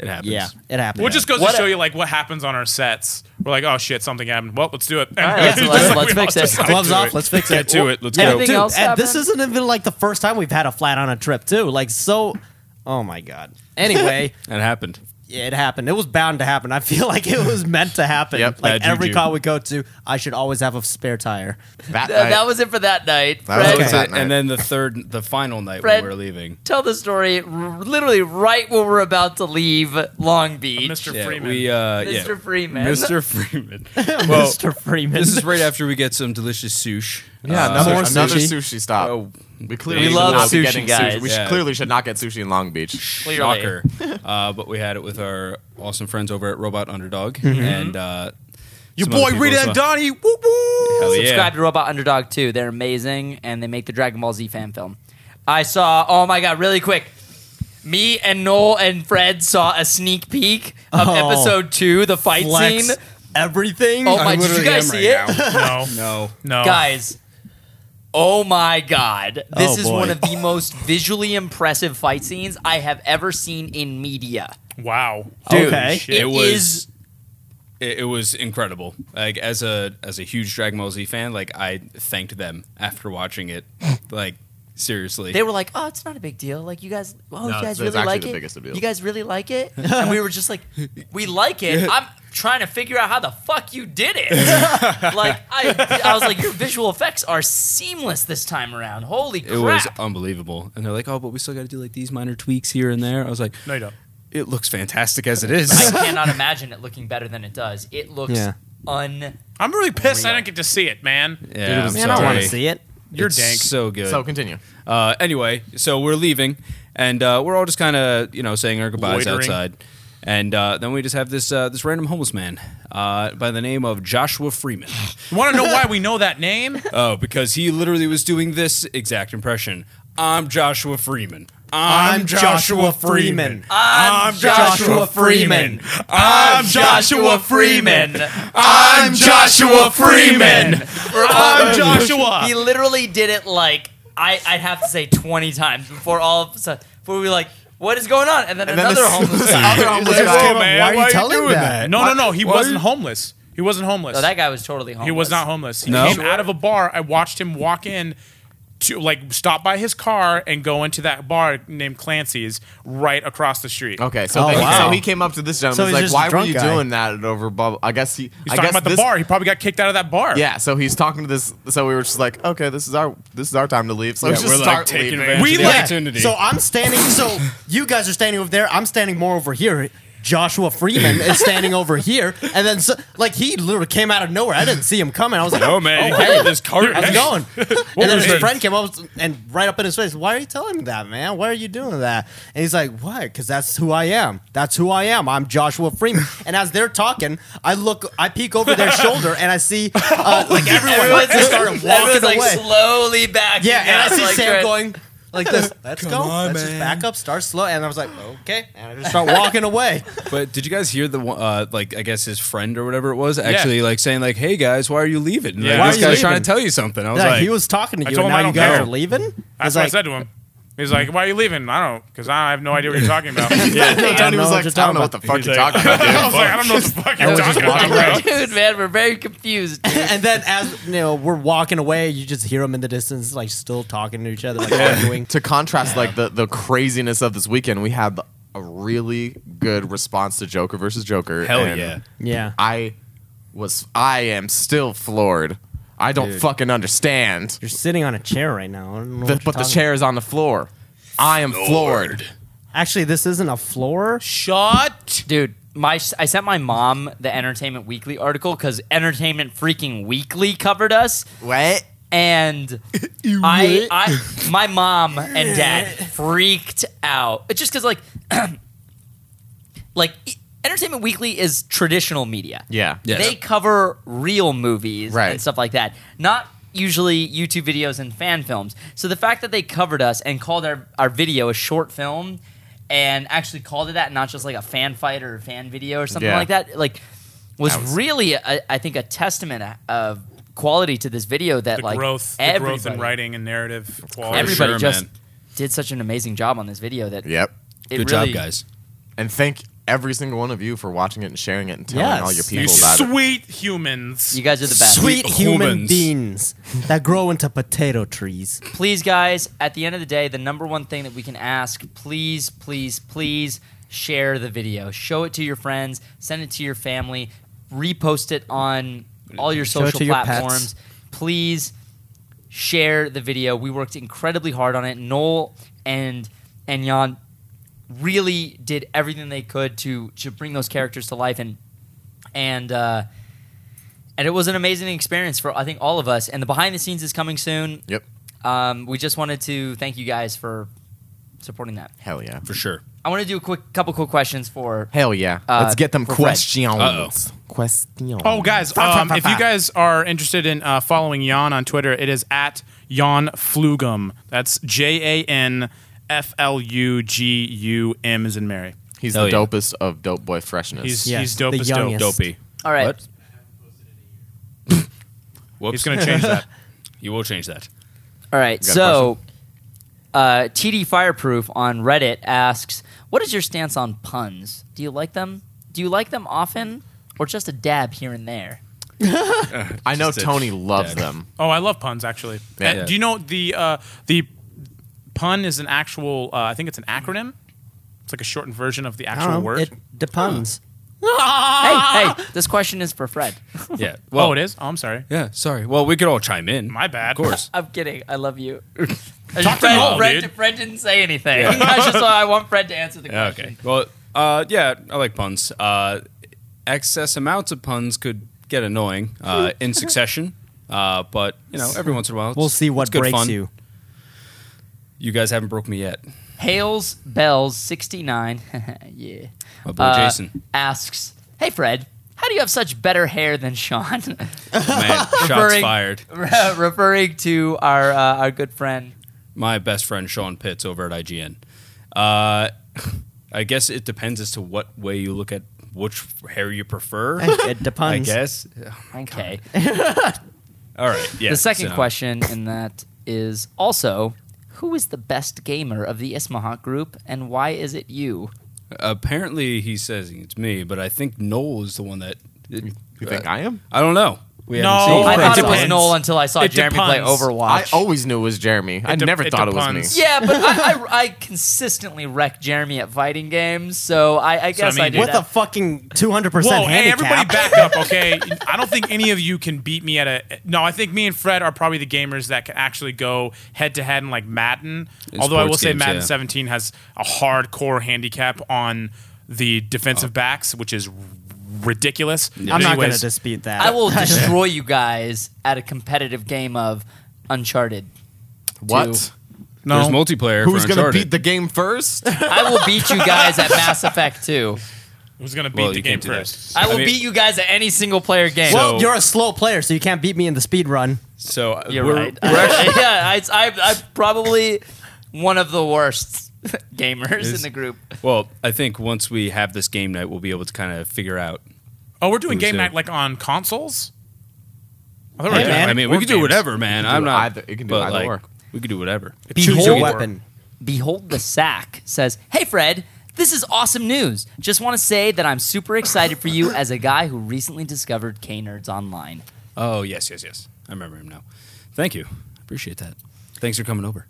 E: It happens.
D: Yeah, it happened.
C: Well, it just goes
A: What
C: to
A: a-
C: show you like what happens on our sets. We're like, oh shit, something happened. Well, let's do it. *laughs*
A: All right, let's-
C: Just
A: let's- let's
C: like we all
A: fix it.
C: decided
D: gloves
C: to
D: off.
C: it.
D: Let's fix
E: Get
D: it.
E: to it. Let's
A: Yeah,
E: go.
A: I think-
D: Dude,
A: else
D: and this
A: happened?
D: isn't even like the first time we've had a flat on a trip too. Like so. Oh my god. *laughs* Anyway.
E: It happened.
D: Yeah, it happened. It was bound to happen. I feel *laughs* like it was meant to happen.
B: Yep,
D: like
E: bad
D: every
E: juju.
D: car we go to, I should always have a spare tire. *laughs*
B: That,
A: Th-
B: night.
A: that was it for that night.
B: That was
A: Fred,
B: it.
E: That's
B: that
E: it.
B: night.
E: And then the third, the final night
A: Fred-
E: when we were leaving,
A: tell the story r- literally right when we're about to leave Long Beach.
C: Mr.
E: yeah,
C: Freeman.
E: we, uh, yeah.
A: Mr. Freeman. *laughs*
E: Mr. Freeman. well,
D: Mr. Freeman.
E: this is right after we get some delicious sushi.
B: yeah,
E: Uh,
B: another,
D: more
B: another
D: sushi.
B: sushi. stop.
E: Oh,
B: we clearly
A: We
B: should
A: love
B: not be
A: sushi,
B: getting
A: guys.
B: We
E: Yeah.
B: should, clearly should not get sushi in Long Beach.
A: Clearly. *laughs*
E: Shocker. uh, but we had it with our awesome friends over at Robot Underdog and uh,
B: Your
E: some
B: Mm-hmm.
E: other
B: boy
E: people
B: Rita
E: as
B: and
E: well.
B: Donnie. Woo woo.
E: Hell yeah.
A: Subscribe to Robot Underdog too. They're amazing, and they make the Dragon Ball Z fan film. I saw. Oh my god! Really quick. Me and Noel and Fred saw a sneak peek of
D: Oh.
A: episode two, the fight
D: Flex
A: scene.
D: everything.
A: Oh my!
E: I
A: Did you
E: literally
A: guys
E: am
A: see
E: right
A: it?
C: no,
E: No.
C: no,
A: guys oh my god this
D: Oh,
A: is
D: boy.
A: one of the most visually impressive fight scenes i have ever seen in media
C: Wow,
D: Dude.
C: Holy
D: Okay.
C: shit.
A: It
E: it was
A: is-
E: it, it was incredible. Like as a as a huge Dragon Ball Z fan, like I thanked them after watching it. like seriously,
A: they were like oh it's not a big deal like you guys oh
B: No,
A: you guys
B: it's- it's
A: really
B: actually
A: like
B: the
A: it
B: biggest of deals.
A: you guys really like it and we were just like we like
D: *laughs*
A: it i'm trying to figure out how the fuck you did it *laughs* like I, I was like your visual effects are seamless this time around holy crap
E: it was unbelievable. And they're like, oh, but we still got to do like these minor tweaks here and there. I was like,
C: no, you don't.
E: it looks fantastic as it
A: i
E: is.
A: cannot imagine it looking better than it does it looks
D: Yeah.
A: un
C: I'm really pissed. I
A: Real.
C: didn't get to see it, man.
E: *laughs* yeah,
D: Man,
E: I'm
D: I
E: sorry.
D: want to see it.
C: You're
E: It's
C: dank.
E: So good.
B: So continue.
E: Uh, anyway, so we're leaving, and uh, we're all just kind of you know saying our goodbyes
C: Loitering.
E: outside, and uh, then we just have this uh, this random homeless man uh, by the name of Joshua Freeman.
C: You want to know why we know that name?
E: oh, because he literally was doing this exact impression. I'm Joshua Freeman.
D: I'm Joshua Freeman.
A: I'm
D: Joshua Freeman.
E: I'm
A: Joshua Freeman.
E: I'm Joshua Freeman.
C: Uh,
A: I'm
C: Joshua.
A: He literally did it like I, I'd have to say twenty times before all of a sudden before we were like, what is going on? And then
B: And then *laughs*
A: another
B: this-
A: homeless
B: this
A: guy.
B: other homeless
D: Like,
B: guy-
D: why are you telling that?
C: No, no, no. He
E: why
C: wasn't
E: you-
C: homeless. He wasn't homeless.
A: No, that guy was totally homeless.
C: He was not homeless. He
E: No?
C: came out of a bar. I watched him walk in to like stop by his car and go into that bar named Clancy's right across the street.
B: Okay, so,
D: Oh,
B: they-
D: wow.
B: so he came up to this gentleman.
D: So he's
B: he's
D: just a
B: like, "Why were
D: drunk
B: you
D: guy."
B: doing that over?" Bubble? I guess he.
C: He's
B: I
C: talking
B: guess
C: about the
B: this-
C: bar. He probably got kicked out of that bar.
B: Yeah, so he's talking to this. So we were just like, "Okay, this is our this is our time to leave." So
E: Yeah,
B: we just
E: we're, like,
B: start
E: taking
B: leaving.
E: advantage
C: We
E: of the
C: like-
E: opportunity.
D: So I'm standing. So you guys are standing over there. I'm standing more over here. Joshua Freeman is standing over here, and then so, like he literally came out of nowhere. I didn't see him coming. I was like,
E: no man,
D: oh,
E: get
D: hey,
E: with this cart.
D: how's it going?" and then
C: was
D: his
C: it?
D: friend came up and right up in his face, "Why are you telling me that, man? Why are you doing that?" And he's like, "What? Because that's who I am. That's who I am. I'm Joshua Freeman." And as they're talking, I look, I peek over their shoulder, and I see uh, like everyone just started walking
A: Everyone's
D: away.
A: like slowly back.
D: Yeah, and I see
A: like,
D: Sam
A: trying-
D: going like
E: *laughs*
D: this. Let's go.
E: on,
D: Let's just
E: man.
D: back up. Start slow. And I was like, okay. And I just start walking away.
E: But did you guys hear the one- uh, like I guess his friend or whatever it was actually like saying like, "Hey guys, why are you leaving?" And,
C: Yeah.
E: like,
C: Why
E: this
D: are you
E: guy's trying
D: leaving?
E: to tell you something. I was
D: Yeah,
E: like,
D: he was talking to
C: I
D: you,
C: told
D: and
C: him I
D: now you
C: don't
D: guys
C: care.
D: are leaving.
C: That's
D: He's
C: what I
D: like,
C: said to him. He's like, "Why are you leaving?" I don't, because I have no idea what you're talking
B: *laughs*
C: about.
B: Yeah, no,
D: I
B: Tony
D: don't know
B: was
D: what
B: like,
D: you're
B: "I don't
D: talking
B: know what the
D: about."
B: fuck you're talking about." dude."
C: *laughs* I was like, "I don't know what the fuck you're
D: Everyone's just
C: talking about."
D: walking
C: bro."
D: around.
A: Dude, man, we're very confused.
D: *laughs* and then as you know, we're walking away, you just hear him in the distance, like still talking to each other, like arguing.
B: to contrast like the the craziness of this weekend, we had a really good response to Joker versus Joker.
E: "Hell
B: and
E: yeah!"
D: Yeah.
B: I was I am still floored. I don't fucking understand.
D: You're sitting on a chair right now. I don't know what
B: The-
D: you're
B: but the
D: talking
B: chair is on the floor. I am floored.
D: about. Actually, this isn't a floor.
C: Shut.
A: Dude, my I sent my mom the Entertainment Weekly article because Entertainment Freaking Weekly covered us.
B: What?
A: and I,
C: *laughs*
A: I, my mom and dad freaked out It's just because like, *clears throat* like e- Entertainment Weekly is traditional media.
B: Yeah.
E: Yeah.
A: they cover real movies
B: Right.
A: and stuff like that, not usually YouTube videos and fan films. So the fact that they covered us and called our our video a short film, and actually called it that, not just like a fan fight or a fan video or something
B: Yeah.
A: like that, like was,
B: That was-
A: really, I I think, a testament of quality to this video that
C: The
A: like
C: growth, the
A: everybody,
C: growth in writing and narrative quality.
A: everybody
E: Oh, Sure,
A: just
E: man.
A: did such an amazing job on this video that
B: Yep.
A: it
E: Good
A: really,
E: job, guys.
B: And thank every single one of you for watching it and sharing it and telling
D: Yes.
B: all your people
E: You
B: about it.
C: Sweet humans.
A: You guys are the best.
D: Sweet human
E: humans.
D: beings that grow into potato trees.
A: please guys at the end of the day the number one thing that we can ask please please please share the video show it to your friends send it to your family repost it on all your
D: Show it
A: social
D: to your pets.
A: platforms please share the video we worked incredibly hard on it noel and and jan really did everything they could to to bring those characters to life and and uh and it was an amazing experience for I think all of us. And the behind the scenes is coming soon.
B: Yep.
A: Um, we just wanted to thank you guys for supporting that.
B: Hell yeah.
E: For sure.
A: I want to do a quick couple quick questions for
B: Hell yeah.
A: Uh,
B: Let's get them
A: for Fred.
B: questions.
E: Uh-oh.
B: Questions.
C: Oh, guys,
B: Fa, fa,
C: um,
B: fa,
C: if you
B: fa.
C: guys are interested in uh, following Jan on Twitter, it is at Jan Flugum. That's J A N F L U G U M is in Mary.
B: He's
E: Hell
B: the
E: yeah.
B: dopest of dope boy freshness.
C: He's
D: Yes,
C: he's dope
D: the
C: as dope.
D: youngest.
C: dope.
E: Dopey.
A: all right.
E: What? Whoops.
C: He's gonna change that.
E: *laughs* you will change that.
A: All right.
B: got a
A: So uh, TD Fireproof on Reddit asks, "What is your stance on puns? Do you like them? Do you like them often, or just a dab here and there?"
B: I know
E: Just a-
B: Tony loves
E: yeah.
B: them.
C: Oh, I love puns actually.
B: Yeah.
C: Uh, Do you know the uh, the pun is an actual? Uh, I think it's an acronym. It's like a shortened version of the
D: I don't
C: actual
D: know.
C: word.
D: It depends.
A: hey, hey, this question is for Fred.
E: Yeah. Well,
C: oh, it is. Oh, I'm sorry.
E: Yeah. Sorry. Well, we could all chime in.
C: My bad.
E: Of course.
A: I'm kidding. I love *laughs* you.
C: Talk to
A: Fred,
C: Noel,
A: Fred,
C: dude.
A: Fred didn't say anything. That's just why *laughs* I want Fred to answer the
E: Yeah,
A: question.
E: Okay. Well, uh, yeah, I like puns. Uh, excess amounts of puns could get annoying uh,
A: *laughs*
E: in succession, uh, but you know, every once in a while, it's-
D: We'll see
E: it's
D: what
E: good
D: breaks
E: fun.
D: you.
E: You guys haven't broke me yet.
A: Hales Bells 69, *laughs* yeah.
E: My boy
A: *laughs*
E: Jason.
A: Uh, asks, "Hey Fred, how do you have such better hair than Sean?"
E: Man, shots
A: Referring-
E: fired.
A: *laughs* Re- referring to our uh, our good friend.
E: My best friend Sean Pitts over at IGN. Uh, *laughs* I guess it depends as to what way you look at which hair you prefer.
D: *laughs* It
E: I
D: depends.
E: guess.
A: Okay.
E: All right. Yeah.
A: the second
E: so-
A: question in that is also, who is the best gamer of the Ismahawk group, and why is it you?
E: Apparently, he says it's me, but I think Noel is the one that
B: You think I am?
E: I don't know. We
C: No,
E: haven't seen
A: I
C: it
A: thought it was
C: depends.
A: Noel until I saw
C: It
A: Jeremy play
C: depends.
B: I
A: Overwatch.
B: always knew it was Jeremy. I
C: de-
B: never
C: it
B: thought it was
C: depends.
B: me.
A: yeah, but I, I, I consistently wreck Jeremy at fighting games, so I, I
C: So, I
A: guess I,
C: mean,
A: do
D: What
A: that.
D: the fucking 200%
C: Whoa, hey,
D: handicap?
C: everybody back up, okay? I don't think any of you can beat me at a. No, I think me and Fred are probably the gamers that can actually go head to head in like Madden.
E: In
C: Although I will
E: sports
C: say
E: games,
C: Madden
E: yeah.
C: 17 has a hardcore handicap on the defensive
E: Oh.
C: backs, which is ridiculous.
D: I'm not going to
C: Anyways,
D: dispute that.
A: I *laughs* will destroy you guys at a competitive game of Uncharted.
B: What?
C: No.
E: There's multiplayer.
B: Who's
E: for
B: gonna
E: Uncharted.
B: beat the game
C: *laughs*
B: first?
A: I will beat you guys at Mass Effect 2.
C: Who's going to beat
E: Well,
C: the
E: you
C: game
E: can't do that.
C: first?
A: I will
E: I mean-
A: beat you guys at any single player game.
D: Well,
E: So-
D: you're a slow player, so you can't beat me in the speed run.
E: So uh,
A: You're
E: we're-
A: right. *laughs* yeah, I, I, I'm probably one of the worst *laughs* gamers in the group.
E: Well, I think once we have this game night, we'll be able to kind of figure out.
C: Oh, we're doing
E: Who's
C: game
E: who?
C: night like on consoles? I thought
D: Hey,
C: doing,
D: man.
C: like,
E: I mean, we
C: board
E: could do
C: games.
E: whatever, man. I'm
B: do
E: not.
B: either- you can do
E: but,
B: either
E: like,
B: or.
E: We could do whatever.
D: Choose your
A: Behold-
D: weapon.
A: Behold the Sack says, Hey, Fred, this is awesome news. Just want to say that I'm super excited for you as a guy who recently discovered K Nerds Online.
E: Oh yes, yes, yes. I remember him now. Thank you. Appreciate that. Thanks for coming over.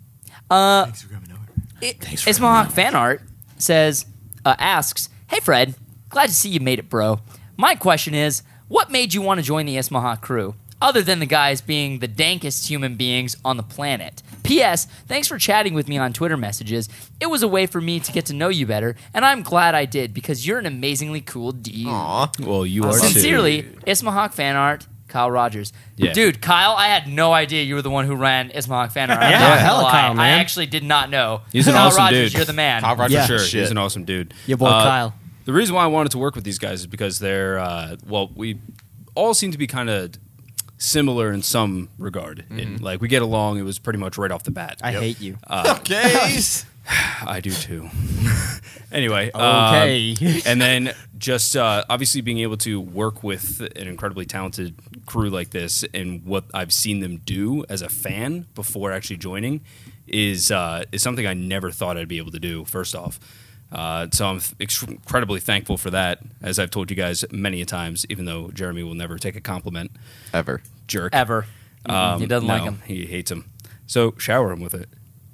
A: It, Ismahawk fan art says, uh, asks, Hey, Fred, glad to see you made it, bro. My question is, what made you want to join the Ismahawk crew, other than the guys being the dankest human beings on the planet? P.S. Thanks for chatting with me on Twitter messages. It was a way for me to get to know you better, and I'm glad I did because you're an amazingly cool dude.
E: Well, you are
A: Sincerely, Ismahawk fan art, Kyle Rogers.
E: Yeah.
A: Dude, Kyle, I had no idea you were the one who ran Ismahawk fan art. I'm
D: Yeah,
A: not gonna
D: hella
A: lie.
D: Kyle,
A: I
D: man.
A: actually did not know. *laughs*
E: He's an
A: Kyle
E: awesome
A: Rogers,
E: dude.
A: you're the man.
B: Kyle Rogers
D: Yeah.
B: is
E: Sure,
B: shit.
E: he's an awesome dude.
D: Your boy
E: Uh,
D: Kyle.
E: The reason why I wanted to work with these guys is because they're uh, well, we all seem to be kind of similar in some regard. In, like we get along. It was pretty much right off the bat.
D: Mm-hmm. I hate you.
E: Um,
C: Uh,
B: *laughs* okay.
E: I
D: *laughs*
E: do too. anyway,
D: Okay.
E: um, *laughs* and then just uh, obviously being able to work with an incredibly talented crew like this, and what I've seen them do as a fan before actually joining is uh, is something I never thought I'd be able to do. First off. Uh, so I'm ex- incredibly thankful for that, as I've told you guys many a times. Even though Jeremy will never take a compliment,
B: Ever.
E: jerk
A: Ever.
E: Um,
A: he doesn't
E: no,
A: like him.
E: He hates him. So shower him with it.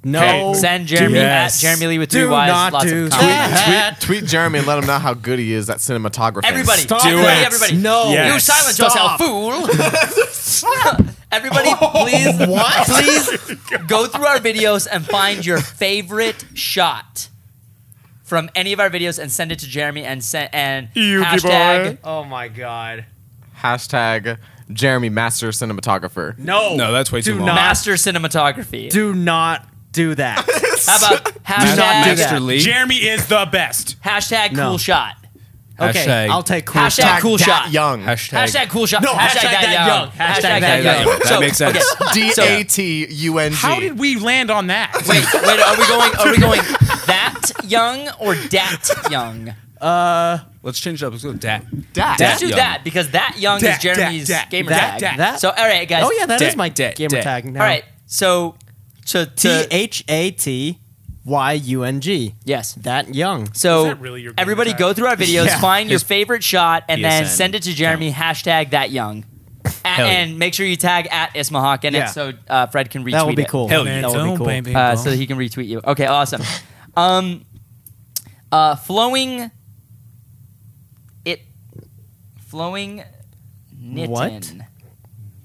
D: no.
C: Hey,
A: Send Jeremy
D: do-
A: at Jeremy Lee with
D: Do
A: three Y's.
D: not
A: Lots
D: do
A: of comments.
B: tweet, tweet Jeremy and let him know how good he is at cinematography.
A: Everybody,
D: Stop
A: everybody,
D: it.
A: everybody.
D: No.
C: Yes.
A: You silence
D: Stop.
A: yourself,
D: *laughs*
A: fool. everybody, please,
E: *laughs*
A: please go through our videos and find your favorite shot from any of our videos and send it to Jeremy and send and
C: You
A: hashtag.
D: Oh my god.
B: Hashtag Jeremy Master Cinematographer.
D: No.
E: No, that's way
D: do
E: too long.
D: Not,
A: Master cinematography.
D: Do not do
E: *laughs*
D: that.
A: How about
D: do not do
A: hashtag,
D: that.
E: Master Lee.
C: Jeremy is the best.
A: hashtag
D: No.
A: cool shot?
D: okay,
E: Hashtag-
D: I'll take cool.
A: Hashtag
D: shot.
A: cool
B: Dat
A: shot.
B: Young.
E: Hashtag,
A: Hashtag cool shot.
D: No,
A: hashtag, that, young. Hashtag that, young.
E: That
A: So,
E: makes sense.
B: *laughs* D A T U N G.
C: How did we land on that?
A: Wait, wait, are we going? Are we going that young or dat young?
E: Let's change it up. Let's go dat.
B: that?
A: Let's do
E: young.
A: that because that young
C: Dat,
A: is Jeremy's
C: dat, dat,
A: gamer
D: that,
A: tag.
D: that.
A: So all right, guys.
D: Oh yeah, that is
E: Dead,
D: my
E: dead,
D: gamer
E: dead.
D: tag now.
A: all right. So so
D: T
A: to,
D: H A T Y U N G.
A: yes.
D: That young.
A: So
C: Is that really your gamer
A: everybody,
C: tag?
A: go through our videos,
D: *laughs* Yeah.
A: find your favorite shot, and then
E: PSN
A: send it to Jeremy. Hashtag that young. A- and make sure you tag at Ismahawk in it
D: Yeah.
A: so uh, Fred can retweet
D: That would be
A: it.
D: cool.
E: Hell yeah.
D: that would be cool.
A: uh, so that he can retweet you. Okay,
D: *laughs*
A: awesome. Um, uh, flowing it, flowing knit
D: What?
A: in.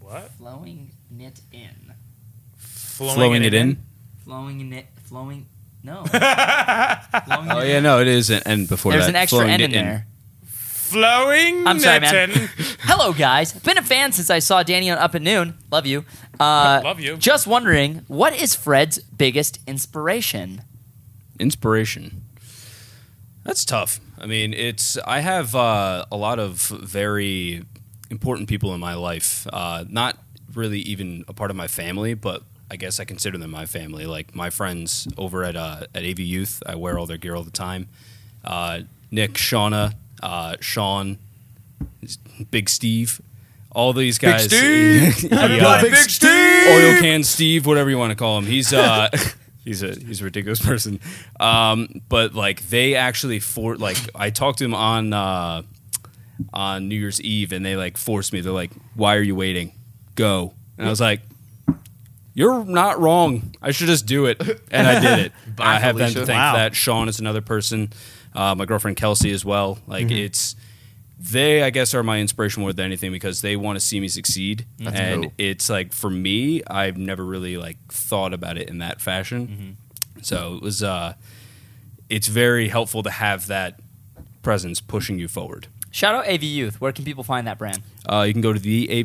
C: What?
A: Flowing knit in.
C: Flowing,
E: Flowing it in.
A: Flowing knit. Flowing.
D: *laughs*
A: No.
C: *laughs*
A: Flowing
E: Oh
A: it
E: yeah,
A: in.
E: no, it is an N before
A: There's
E: that.
A: an extra
E: Flowing
A: N
E: it
A: in there.
C: Flowing
A: I'm sorry, man.
C: knitting.
A: *laughs* Hello, guys. Been a fan since I saw Danny on Up at Noon. Love you. Uh,
C: Love you.
A: Just wondering, what is Fred's biggest inspiration?
E: Inspiration. That's tough. I mean, it's I have uh, a lot of very important people in my life. Uh, not really even a part of my family, but I guess I consider them my family. Like my friends over at uh, at AV Youth, I wear all their gear all the time. Uh, Nick, Shauna, uh, Sean, Big Steve, all these guys.
C: Steve!
E: *laughs* Yeah.
C: Big Steve.
E: oil can Steve, whatever you want to call him. He's uh *laughs* he's a he's a ridiculous person. Um, but like they actually for like I talked to him on uh on New Year's Eve, and they like forced me. They're like, "Why are you waiting? Go!" And I was like, "You're not wrong. I should just do it." And I
B: *laughs*
E: did it. I have been
B: Felicia.
E: thanked
D: Wow.
E: for that. Sean is another person. Uh, my girlfriend Kelsey as well. Like it's they I guess are my inspiration more than anything because they want to see me succeed. and
B: cool.
E: it's like for me, I've never really like thought about it in that fashion.
B: Mm-hmm.
E: So it was uh it's very helpful to have that presence pushing you forward.
A: Shout out AV Youth. Where can people find that brand?
E: Uh, you can go to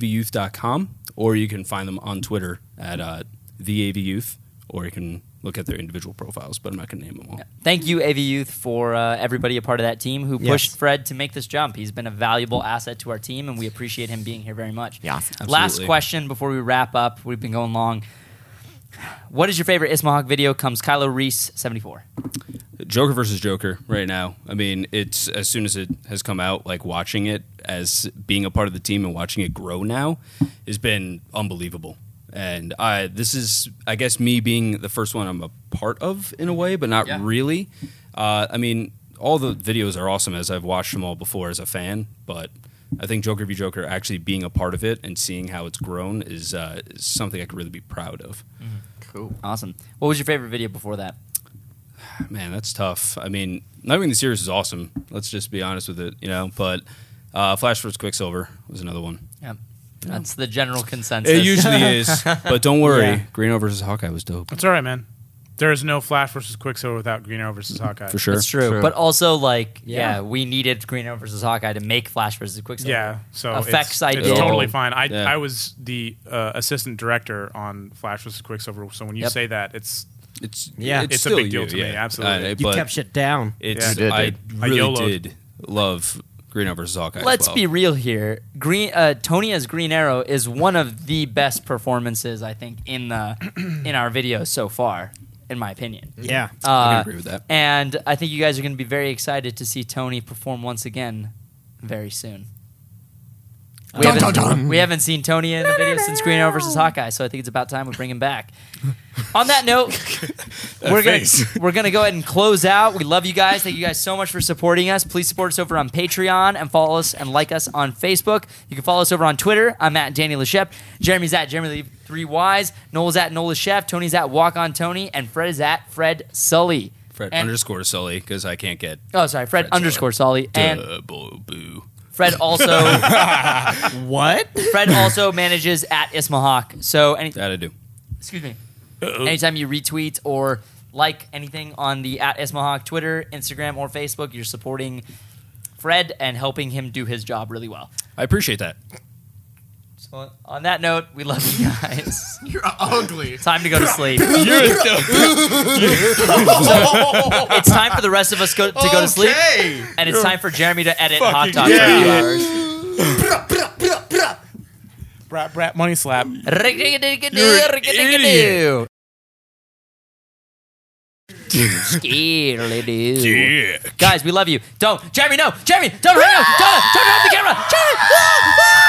E: theavyouth.com or you can find them on Twitter at uh, theavyouth or you can look at their individual profiles, but I'm not going to name them all.
A: Thank you, AV Youth, for uh, everybody a part of that team who
D: Yes.
A: pushed Fred to make this jump. He's been a valuable asset to our team, and we appreciate him being here very much.
B: Yeah.
A: Last
E: Absolutely.
A: question before we wrap up. We've been going long. What is your favorite Ismahawk video? Comes Kylo Reese, 74.
E: Joker versus Joker right now. I mean, it's as soon as it has come out, like watching it as being a part of the team and watching it grow now has been unbelievable. And I, this is, I guess, me being the first one I'm a part of in a way, but not
A: Yeah.
E: really. Uh, I mean, all the videos are awesome as I've watched them all before as a fan, but I think Joker v Joker actually being a part of it and seeing how it's grown is, uh, is something I could really be proud of.
B: Cool.
A: Awesome. What was your favorite video before that?
E: Man, that's tough. I mean, Nightwing the series is awesome. Let's just be honest with it, you know. But uh, Flash vs Quicksilver was another one.
A: Yeah. That's the general consensus.
E: It *laughs* usually is, but don't worry.
D: Yeah.
E: Green Arrow vs Hawkeye was
C: *laughs*
E: dope
C: It's all right, man. There is no Flash versus Quicksilver without Green Arrow versus Hawkeye.
E: Mm, for sure.
A: It's true.
B: True.
A: But also, like, yeah.
D: Yeah.
A: we needed Green Arrow versus Hawkeye to make Flash versus Quicksilver.
C: Yeah, so
A: Effects
C: it's,
A: I
C: it's
A: did.
C: totally fine. I
E: Yeah.
C: I was the uh, assistant director on Flash versus Quicksilver, so when you
A: Yep.
C: say that, it's
E: It's
D: Yeah.
C: It's a
E: still
C: big deal
E: you,
C: to me,
E: yeah.
C: absolutely.
E: Uh,
D: You
E: but
D: kept shit down.
E: It's
B: Yeah.
E: I
B: You
C: I
E: really
C: YOLO'd.
E: did love Green Arrow vs Hawkeye. as
A: Let's
E: well.
A: be real here. Green uh, Tony as Green Arrow is one of the best performances I think in the *clears throat* in our video so far, in my opinion.
D: Yeah.
E: I
A: Uh,
E: can agree with that.
A: And I think you guys are going to be very excited to see Tony perform once again very soon. We,
B: Dun,
A: haven't,
B: dun, dun.
A: we haven't seen Tony in the video since Green Arrow versus Hawkeye, so I think it's about time we bring him back. *laughs* On that
B: *laughs*
A: note, we're gonna *laughs* we're gonna go ahead and close out. We love you guys. Thank you guys so much for supporting us. Please support us over on Patreon and follow us and like us on Facebook. You can follow us over on Twitter. I'm at Danny Leshep. Jeremy's at Jeremy Lee Three Y's. Noel's at Noel Leshep. Tony's at Walk on Tony, and Fred is at Fred Sully.
E: Fred
A: and-
E: underscore Sully because I can't get
A: Oh, sorry, Fred,
E: Fred
A: underscore Sully. And
E: double boo.
A: Fred also
D: What?
A: Fred also manages at Ismahawk. So any,
E: That I do.
A: excuse me. Anytime you retweet or like anything on the at Ismahawk Twitter, Instagram, or Facebook, you're supporting Fred and helping him do his job really well.
E: I appreciate that.
A: So on that note, we love you guys.
B: You're ugly.
A: time to go to sleep. it's time for the rest of us go, to go to sleep,
B: Okay.
A: and it's time for Jeremy to edit hot dogs.
C: brat brat money slap.
A: Scarily do. Guys, we love you. Don't. Jeremy, no. Jeremy, don't. Right now. Don't. Turn off the camera. Jeremy. Ah! Ah!